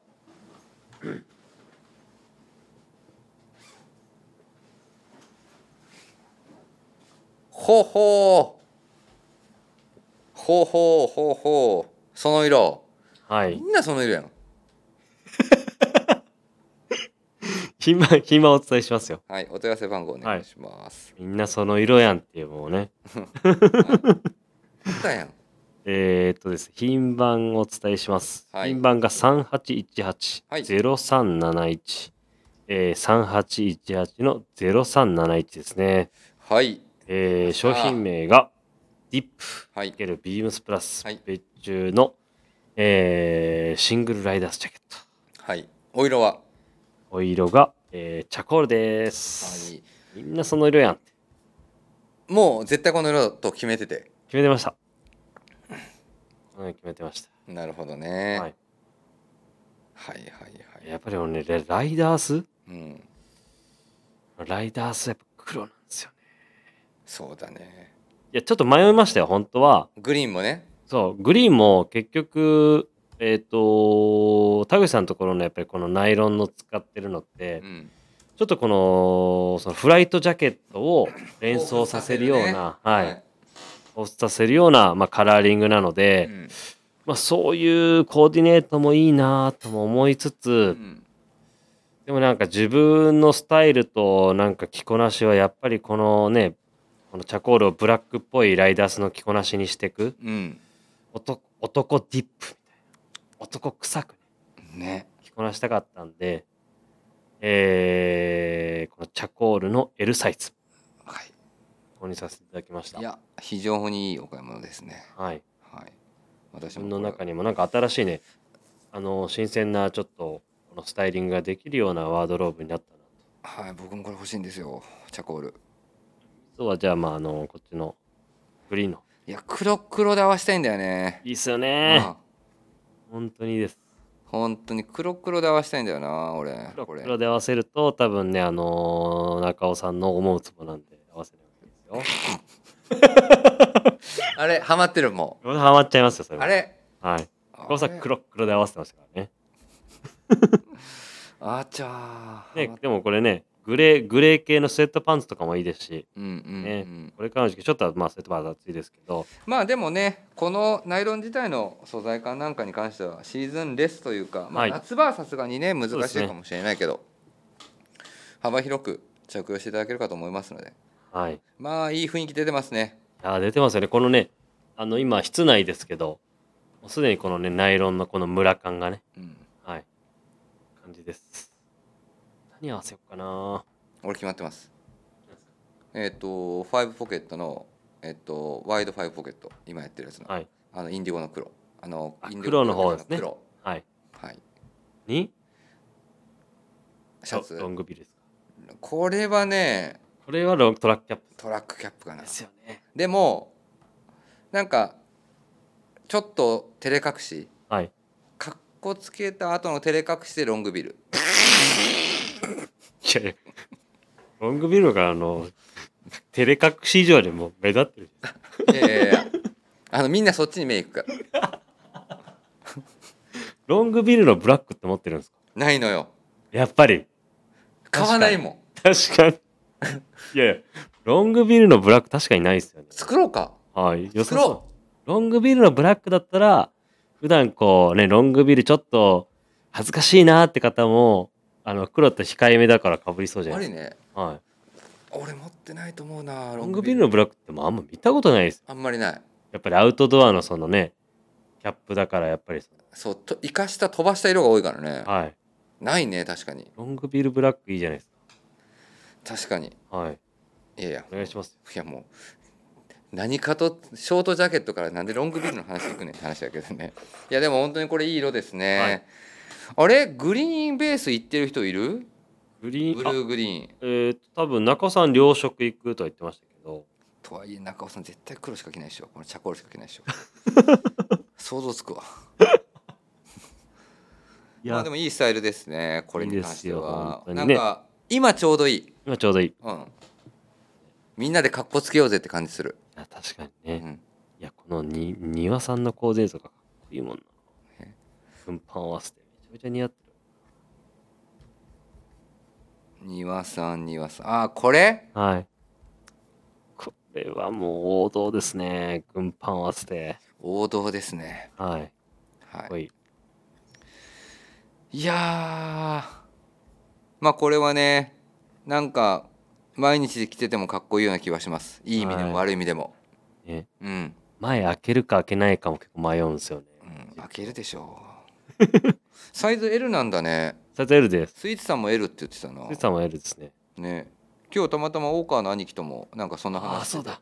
S2: ほうほうほうほうほうほうその色
S1: はい
S2: みんなその色やん
S1: 暇暇お伝えしますよ
S2: はいお問い合わせ番号お願いします、
S1: みんなその色やんっていうもうね
S2: あったやん
S1: えー、っとです品番をお伝えします、
S2: はい
S1: 品番が3818-0371、
S2: はい
S1: えー、3818の0371ですね、
S2: はい
S1: えー、商品名がディップ
S2: はい
S1: けるビームスプラス
S2: はい
S1: 別注の、えーシングルライダースジャケット
S2: はいお色は
S1: お色が、えーチャコールで
S2: は
S1: す、
S2: い
S1: みんなその色やんって
S2: もう絶対この色と決めてて
S1: 決めてましたうん決めてまし
S2: なるほど
S1: た、
S2: ね、
S1: は
S2: はいい、、はいはいはい
S1: やっぱり俺ねラライダース
S2: うん
S1: ライダースやっぱ黒なんですよね
S2: そうだね
S1: いやちょっと迷いましたよ本当は
S2: グリーンもね
S1: そうグリーンも結局えっ、と田口さんのところのやっぱりこのナイロンの使ってるのって、
S2: うん
S1: ちょっとこのそのフライトジャケットを連想させるような、はい、彷彿させるような、まあ、カラーリングなので、
S2: うん
S1: まあ、そういうコーディネートもいいなとも思いつつ、
S2: うん
S1: でもなんか自分のスタイルとなんか着こなしはやっぱりこのねこのチャコールをブラックっぽいライダースの着こなしにしていく
S2: うん
S1: 男男ディップみたいな男臭くね
S2: ね
S1: 着こなしたかったんで、えー、このチャコールの L サイズ
S2: は
S1: 購入させていただきました
S2: いいや非常にいいお買い物ですね
S1: はい
S2: はい私
S1: 自
S2: も
S1: 分の中
S2: に
S1: にもなんか新しいねあの新鮮なちょっとこのスタイリングができるようなワードローブになったな
S2: はい僕もこれ欲しいんですよチャコール
S1: そうはじゃあまああのこっちのグリーンの
S2: いや黒黒で合わせたいんだよね、
S1: いいっすよ
S2: う
S1: ね
S2: ん
S1: 本当にいいです
S2: 本当に黒黒で合わせたいんだよな俺
S1: 黒
S2: これ
S1: 黒で合わせると多分ねあのー中尾さんの思うツボなんで合わせないわけですよ
S2: あれハマってるも
S1: これハマっちゃいますよそれ
S2: う
S1: は
S2: あれ
S1: はい中尾
S2: あ
S1: さん黒黒で合わせてましたからね
S2: あちゃー
S1: ねでもこれねグレーグレー系のスウェットパンツとかもいいですし
S2: うんうんうん、
S1: ねこれからの時期ちょっとまあスウェットパンツ暑いですけど
S2: まあでもねこのナイロン自体の素材感なんかに関してはシーズンレスというか、ま
S1: は
S2: あ、
S1: い
S2: 夏場はさすがにね難
S1: そうで
S2: し
S1: すね
S2: いかもしれないけど、幅広く着用していただけるかと思いますので
S1: はいい
S2: まあいい雰囲気出てますね
S1: やー出てますよねこのねあの今室内ですけどもうすでにこのねナイロンのこのムラ感がね
S2: うん
S1: はい。感じです。何合わせようかな。
S2: 俺決まってますえっ、とファイブポケットのえっ、とワイドファイブポケット今やってるやつの、
S1: はい。
S2: あのインディゴの黒あの
S1: あ
S2: イン
S1: 黒の方ですね
S2: 黒
S1: はい。
S2: はい
S1: に、
S2: シャツ
S1: ロロングビルですか。
S2: これはね
S1: これはロントラックキャップ
S2: トラックキャップかな
S1: ですよね。
S2: でもなんかちょっと照れ隠し
S1: はい。
S2: かっこつけた後の照れ隠しでロングビル
S1: いやいや。ロングビルがあの、照れ隠し以上にもう目立ってる。
S2: いやいや いやあのみんなそっちに目いくから
S1: ロングビルのブラックって持ってるんですか
S2: ないのよ
S1: やっぱり。
S2: 買わないもん
S1: 確 かに。いやいや、ロングビルのブラック確かにないですよね。
S2: 作ろうか
S1: はい。よ
S2: 作ろ
S1: う。ロングビルのブラックだったら、普段こうね、ロングビルちょっと恥ずかしいなって方も、あの、黒と控えめだから被りそうじ
S2: う
S1: ゃ
S2: あ
S1: ないで
S2: れ
S1: す
S2: ね
S1: か。はい。
S2: 俺持ってないと思うな
S1: ロングビルのブラックってもうあんま見たことないです。
S2: あんまりない
S1: やっぱりアウトドアのそのね、キャップだからやっぱりそ
S2: そうと生かした飛ばした色が多いからね
S1: の、はい。
S2: ないね確かに
S1: ロングビルブラックいいじゃないです
S2: 確かに
S1: か。はい。
S2: いやいや
S1: お願いします。
S2: いやもう何かとショートジャケットからなんでロングビルの話いくねんって話だけどねいやでも本当にこれいい色ですね、あれグリーンベース行ってる人いる
S1: グリ
S2: ブ
S1: ーン、
S2: ル
S1: あ
S2: ーグリーン
S1: えーと、多分中尾さん両色行くとは言ってましたけど、
S2: とはいえ中尾さん絶対黒しか着ないでしょこのチャコールしか着ないで しょ想像つくわ
S1: い
S2: まあ
S1: や
S2: で、もいいスタイルですねこれに関して
S1: いいですよ
S2: は
S1: 本当にね
S2: なんか今ちょうどいい
S1: 今ちょうどいい。
S2: うんみんなでかっこつけようぜって感じする、
S1: いや確かにね、
S2: う
S1: い
S2: ん、
S1: やこのに庭さんのコーデとかかっこいいもんな
S2: ね
S1: 運搬合わせてめちゃめちゃ似合って
S2: 庭さん庭さんあーこれ
S1: るはいこれはもう王道ですね運搬合わせて
S2: 王道ですね
S1: はいかっ
S2: は
S1: こいい
S2: いいやーまあこれはねなんか毎日着ててもかっこいいような気はしますいい意味で
S1: はい
S2: も悪い意味でも、
S1: ね
S2: うん、
S1: 前開けるか開けないかも結構迷うんですよね、
S2: うん、開けるでしょう サイズ L なんだね
S1: サイズ L です
S2: スイーツさんも L って言ってたな
S1: スイさんは L ですね
S2: ね今日たまたま大川の兄貴ともなんかそんな話してて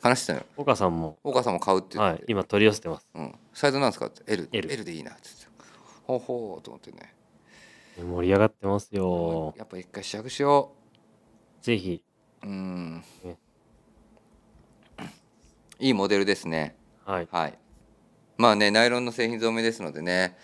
S2: 話してたよ
S1: 岡さんも
S2: 大川さんも買うって言
S1: は
S2: っ
S1: い
S2: て、
S1: 今取り寄せてます
S2: うん、サイズなんですかって L,
S1: L
S2: L, でいいなって言ってほうほうと思ってね
S1: 盛り上がってますよ
S2: やっぱ一回試着しよ
S1: ぜひ
S2: ううん
S1: ね
S2: いいモデルですね
S1: はい
S2: はいまあねナイロンの製品染めですのでね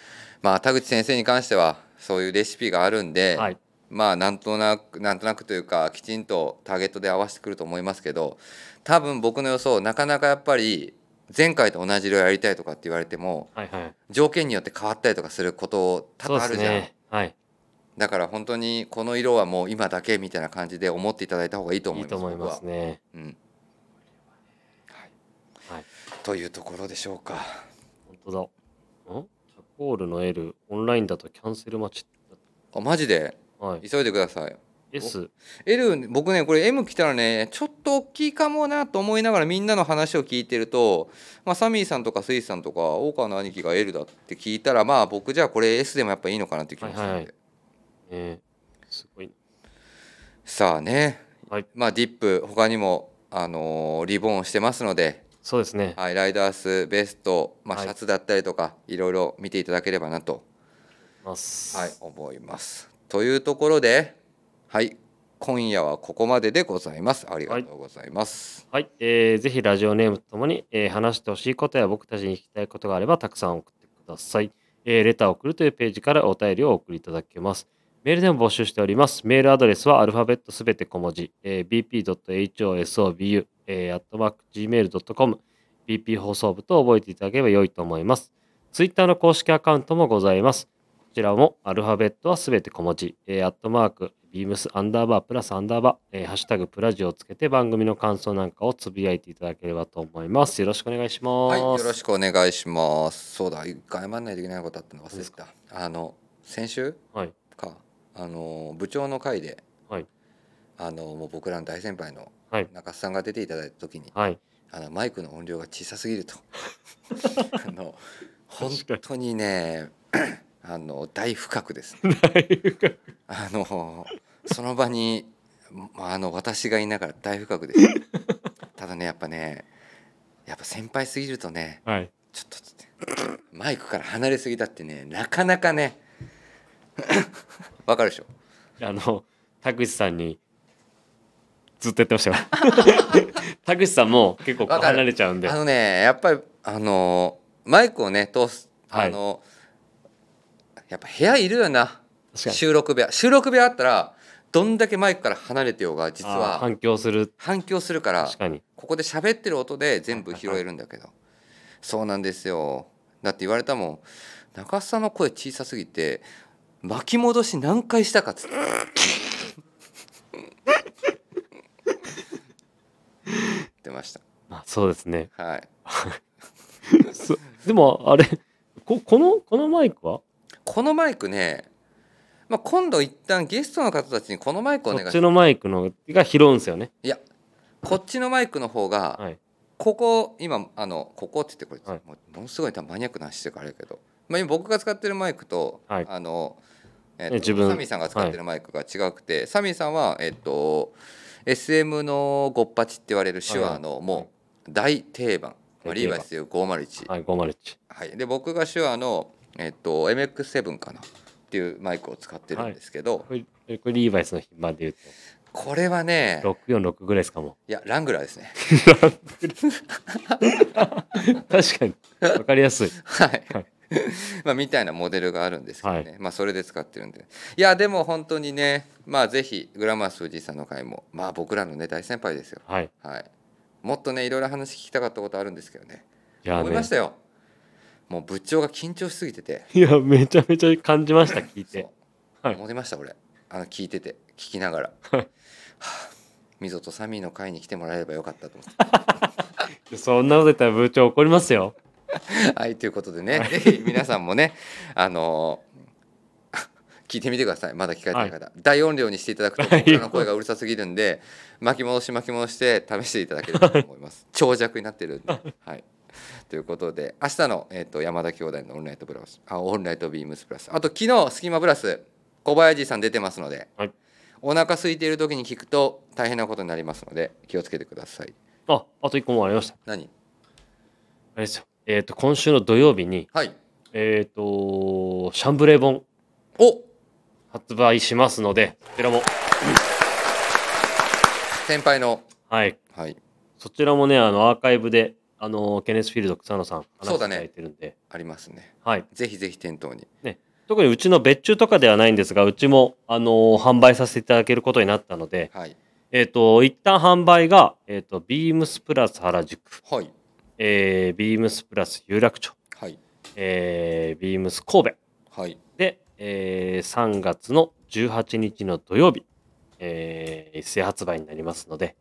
S2: まあ田口先生に関してはそういうレシピがあるんで、
S1: はい
S2: まあなんとなくなんとなくというかきちんとターゲットで合わせてくると思いますけど多分僕の予想なかなかやっぱり前回と同じ色やりたいとかって言われても
S1: はいはい
S2: 条件によって変わったりとかすること多
S1: そう
S2: 々
S1: で
S2: ある
S1: す
S2: じゃん、
S1: ねはい
S2: だから本当にこの色はもう今だけみたいな感じで思っていただいた方がいいと思
S1: い
S2: い
S1: いと
S2: ます
S1: 思います
S2: 僕は
S1: ね
S2: うんはい
S1: はい
S2: というところでしょうか
S1: 本当だんチャコールの L オンラインだとキャンセル待ち
S2: あマジで
S1: はい
S2: 急いでください
S1: S
S2: L 僕ねこれ M 来たらねちょっと大きいかもなと思いながらみんなの話を聞いてると、まあ、サミーさんとかスイスさんとか大川の兄貴が L だって聞いたらまあ僕じゃあこれ S でもやっぱいいのかなっていう気もするんで、
S1: はいはいえー、すごい
S2: さあね、
S1: はい
S2: まあディップ他にも、あのーリボンをしてますので、
S1: そうですね
S2: はい、ライダースベスト、まあ、
S1: はい
S2: シャツだったりとか、い、ろいろ見ていただければなと、
S1: ます
S2: はい、思います。というところではい今夜はここまででございます。ありがとうございます。
S1: はい、えーぜひラジオネームとともに、えー話してほしいことや僕たちに聞きたいことがあればたくさん送ってください。えーレターを送るというページからお便りをお送りいただけます。メールでも募集しております。メールアドレスはアルファベットすべて小文字、えー bp.hosobu、えー、gmail.com、bp 放送部と覚えていただければ良いと思います。ツイッターの公式アカウントもございます。こちらもアルファベットはすべて小文字、えー、アットマーク、ビームスアンダーバープラスアンダーバー、えーハッシュタグプラジオをつけて番組の感想なんかをつぶやいていただければと思います。よろしくお願いします。
S2: はい、よろしくお願いします。そうだ、一回謝らないといけないことあったの忘れてた。あの、先週
S1: はい。
S2: か、あの、部長の会で、
S1: はい
S2: あの、もう僕らの大先輩の
S1: はい。
S2: 中須さんが出ていただいた時に、
S1: はい。
S2: あの、マイクの音量が小さすぎると。あの、本
S1: 確かに
S2: 当にね、 あの、大不覚です、あの、その場に、まあの、私がいながら大不覚です。 ただね、やっぱね、やっぱ先輩すぎるとね、
S1: はい。
S2: ちょっとつってマイクから離れすぎだってねなかなかねわかるでしょ
S1: あの、田口さんにずっとやってましたよ。 田口さんも結構こう
S2: わかる
S1: 離れちゃうんで。
S2: あ
S1: は
S2: のねやっぱりあのマイクをね通すあの、やっぱ部屋いるよな
S1: 確かに
S2: 収録部屋収録部屋あったらどんだけマイクから離れてようが実
S1: あー
S2: は
S1: 反響する。
S2: 反響するから
S1: 確かに。
S2: ここで喋ってる音で全部拾えるんだけどそうなんですよだって言われたもん中須さんの声小さすぎて巻き戻し何回したかっつって出ました
S1: まあ、そうですね。
S2: はい
S1: そでも、あれ、ここの、このマイクは
S2: このマイクね、まあ、今度一旦ゲストの方たちにこのマイクお
S1: こ
S2: 願い
S1: っ
S2: し
S1: ちのマイクのが拾うんですよね。
S2: いやこっちのマイクの方が、
S1: はい。
S2: ここ今あのここって言ってこれ、
S1: はい
S2: もうものすごい多分マニアックな話してるからあれだけど、まあ、今僕が使ってるマイクと、
S1: はい
S2: あの、えっと
S1: え自分
S2: サミーさんが使ってるマイクが違くて、サミーさんは、えっと SM のゴッパチって言われる手話のもう大定番、まあ、
S1: 大
S2: リ
S1: 定
S2: ー
S1: 番
S2: バイスでいう501、は
S1: はい、501。
S2: いで僕が手話の、えっと MX7 かなっていうマイクを使ってるんですけど、
S1: これ、えこれリーバイスの品番で言う
S2: これはね
S1: と、646ぐらいですかも
S2: いやラングラーですね
S1: う。確かに。わかりやすい。
S2: はい
S1: はい
S2: まあみたいなモデルがあるんですけどね、まあそれで使ってるんでいやでも本当にねまあぜひグラマース藤井さんの回もまあ僕らのね大先輩ですよ
S1: はい。
S2: はいもっとねいろいろ話聞きたかったことあるんですけどね
S1: いや
S2: 思い
S1: ね
S2: まし。たよもう部長が緊張しすぎてて
S1: いや、めちゃめちゃ感じました、聞い
S2: そう
S1: て。はい
S2: 思いました俺あの聞いてて聞きながら
S1: はい
S2: はあ溝とサミーの会に来てもらえればよかったと思って
S1: そんなこと言ったら部長怒りますよ。
S2: はい、ということでね、ぜひ 皆さんもね、あのー 聞いてみてください。まだ聞かれてない方、大音量にしていただくと
S1: はい
S2: 僕らの声がうるさすぎるんで、巻き戻し巻き戻して試していただければと 思います。長尺になってるんで、はい。ということで、明日のえっ、と山田兄弟のオンライトブラス、あ、オンライトビームスプラス、あと昨日スキマブラス小林さん出てますので、
S1: はい
S2: お腹空いている時に聞くと大変なことになりますので気をつけてください。
S1: あ、あと一個もありました。あ
S2: 何？
S1: れですよ。えっ、と、今週の土曜日に、
S2: はい。
S1: えっ、と、シャンブレー本
S2: お、
S1: 発売しますので、こちらも、
S2: 先輩の
S1: はい。
S2: はい。
S1: そちらもね、あの、アーカイブで、あの、ケネスフィールド草野さん、話
S2: そ
S1: して
S2: うだ
S1: いた
S2: ね
S1: だいてるんで、
S2: ありますね。
S1: はい。
S2: ぜひぜひ店頭に。
S1: 特にうちの別注とかではないんですが、うちも、あの販売させていただけることになったので、
S2: はい。
S1: えっ、と、一旦販売が、えっ、と、ビームスプラス原宿、
S2: はい。
S1: えー、ビームスプラス有楽町、
S2: はい。
S1: えー、ビームス神戸
S2: はい。
S1: で、えー、3月の18日の土曜日、えー、一斉発売になりますので、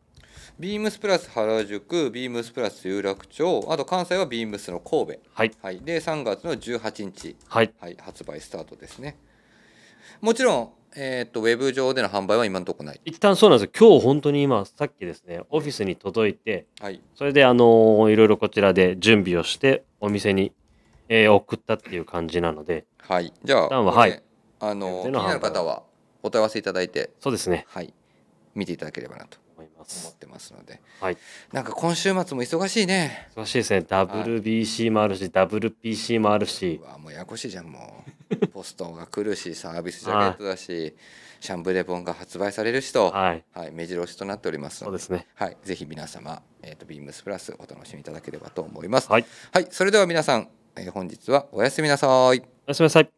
S2: ビームスプラス原宿、ビームスプラス有楽町、あと関西はビームスの神戸。
S1: はい、
S2: はい。で、3月の18日、
S1: はい、
S2: はい、発売スタートですね。もちろん、えっ、と、ウェブ上での販売は今のとこない。
S1: 一旦そうなんですよ。今日本当に今、さっきですね、オフィスに届いて、
S2: はい。
S1: それで、あのーいろいろこちらで準備をして、お店に、えー送ったっていう感じなので、
S2: はい。じゃあ、
S1: 一旦は
S2: これ
S1: は
S2: あの、
S1: 手
S2: 気に
S1: の販売
S2: なる方はお問い合わせいただいて、
S1: そうですね、
S2: はい。見ていただければなと
S1: 思いま
S2: 思っ
S1: す。
S2: てますので。
S1: はい。
S2: なんか今週末も忙しいね。
S1: 忙しいですね。WBC もあるし、WPC もあるし
S2: う、わもうややこしいじゃんもうポストが来るしサービスジャケットだしシャンブレボンが発売されるしと、は
S1: はい、
S2: い目白押しとなっております
S1: そう
S2: の
S1: で
S2: です
S1: ね。
S2: はい、ぜひ皆様、えー、とビームスプラスお楽しみいただければと思います。
S1: はい、
S2: はい、それでは皆さん、えー本日はおやすみなさい。
S1: おやすみなさい。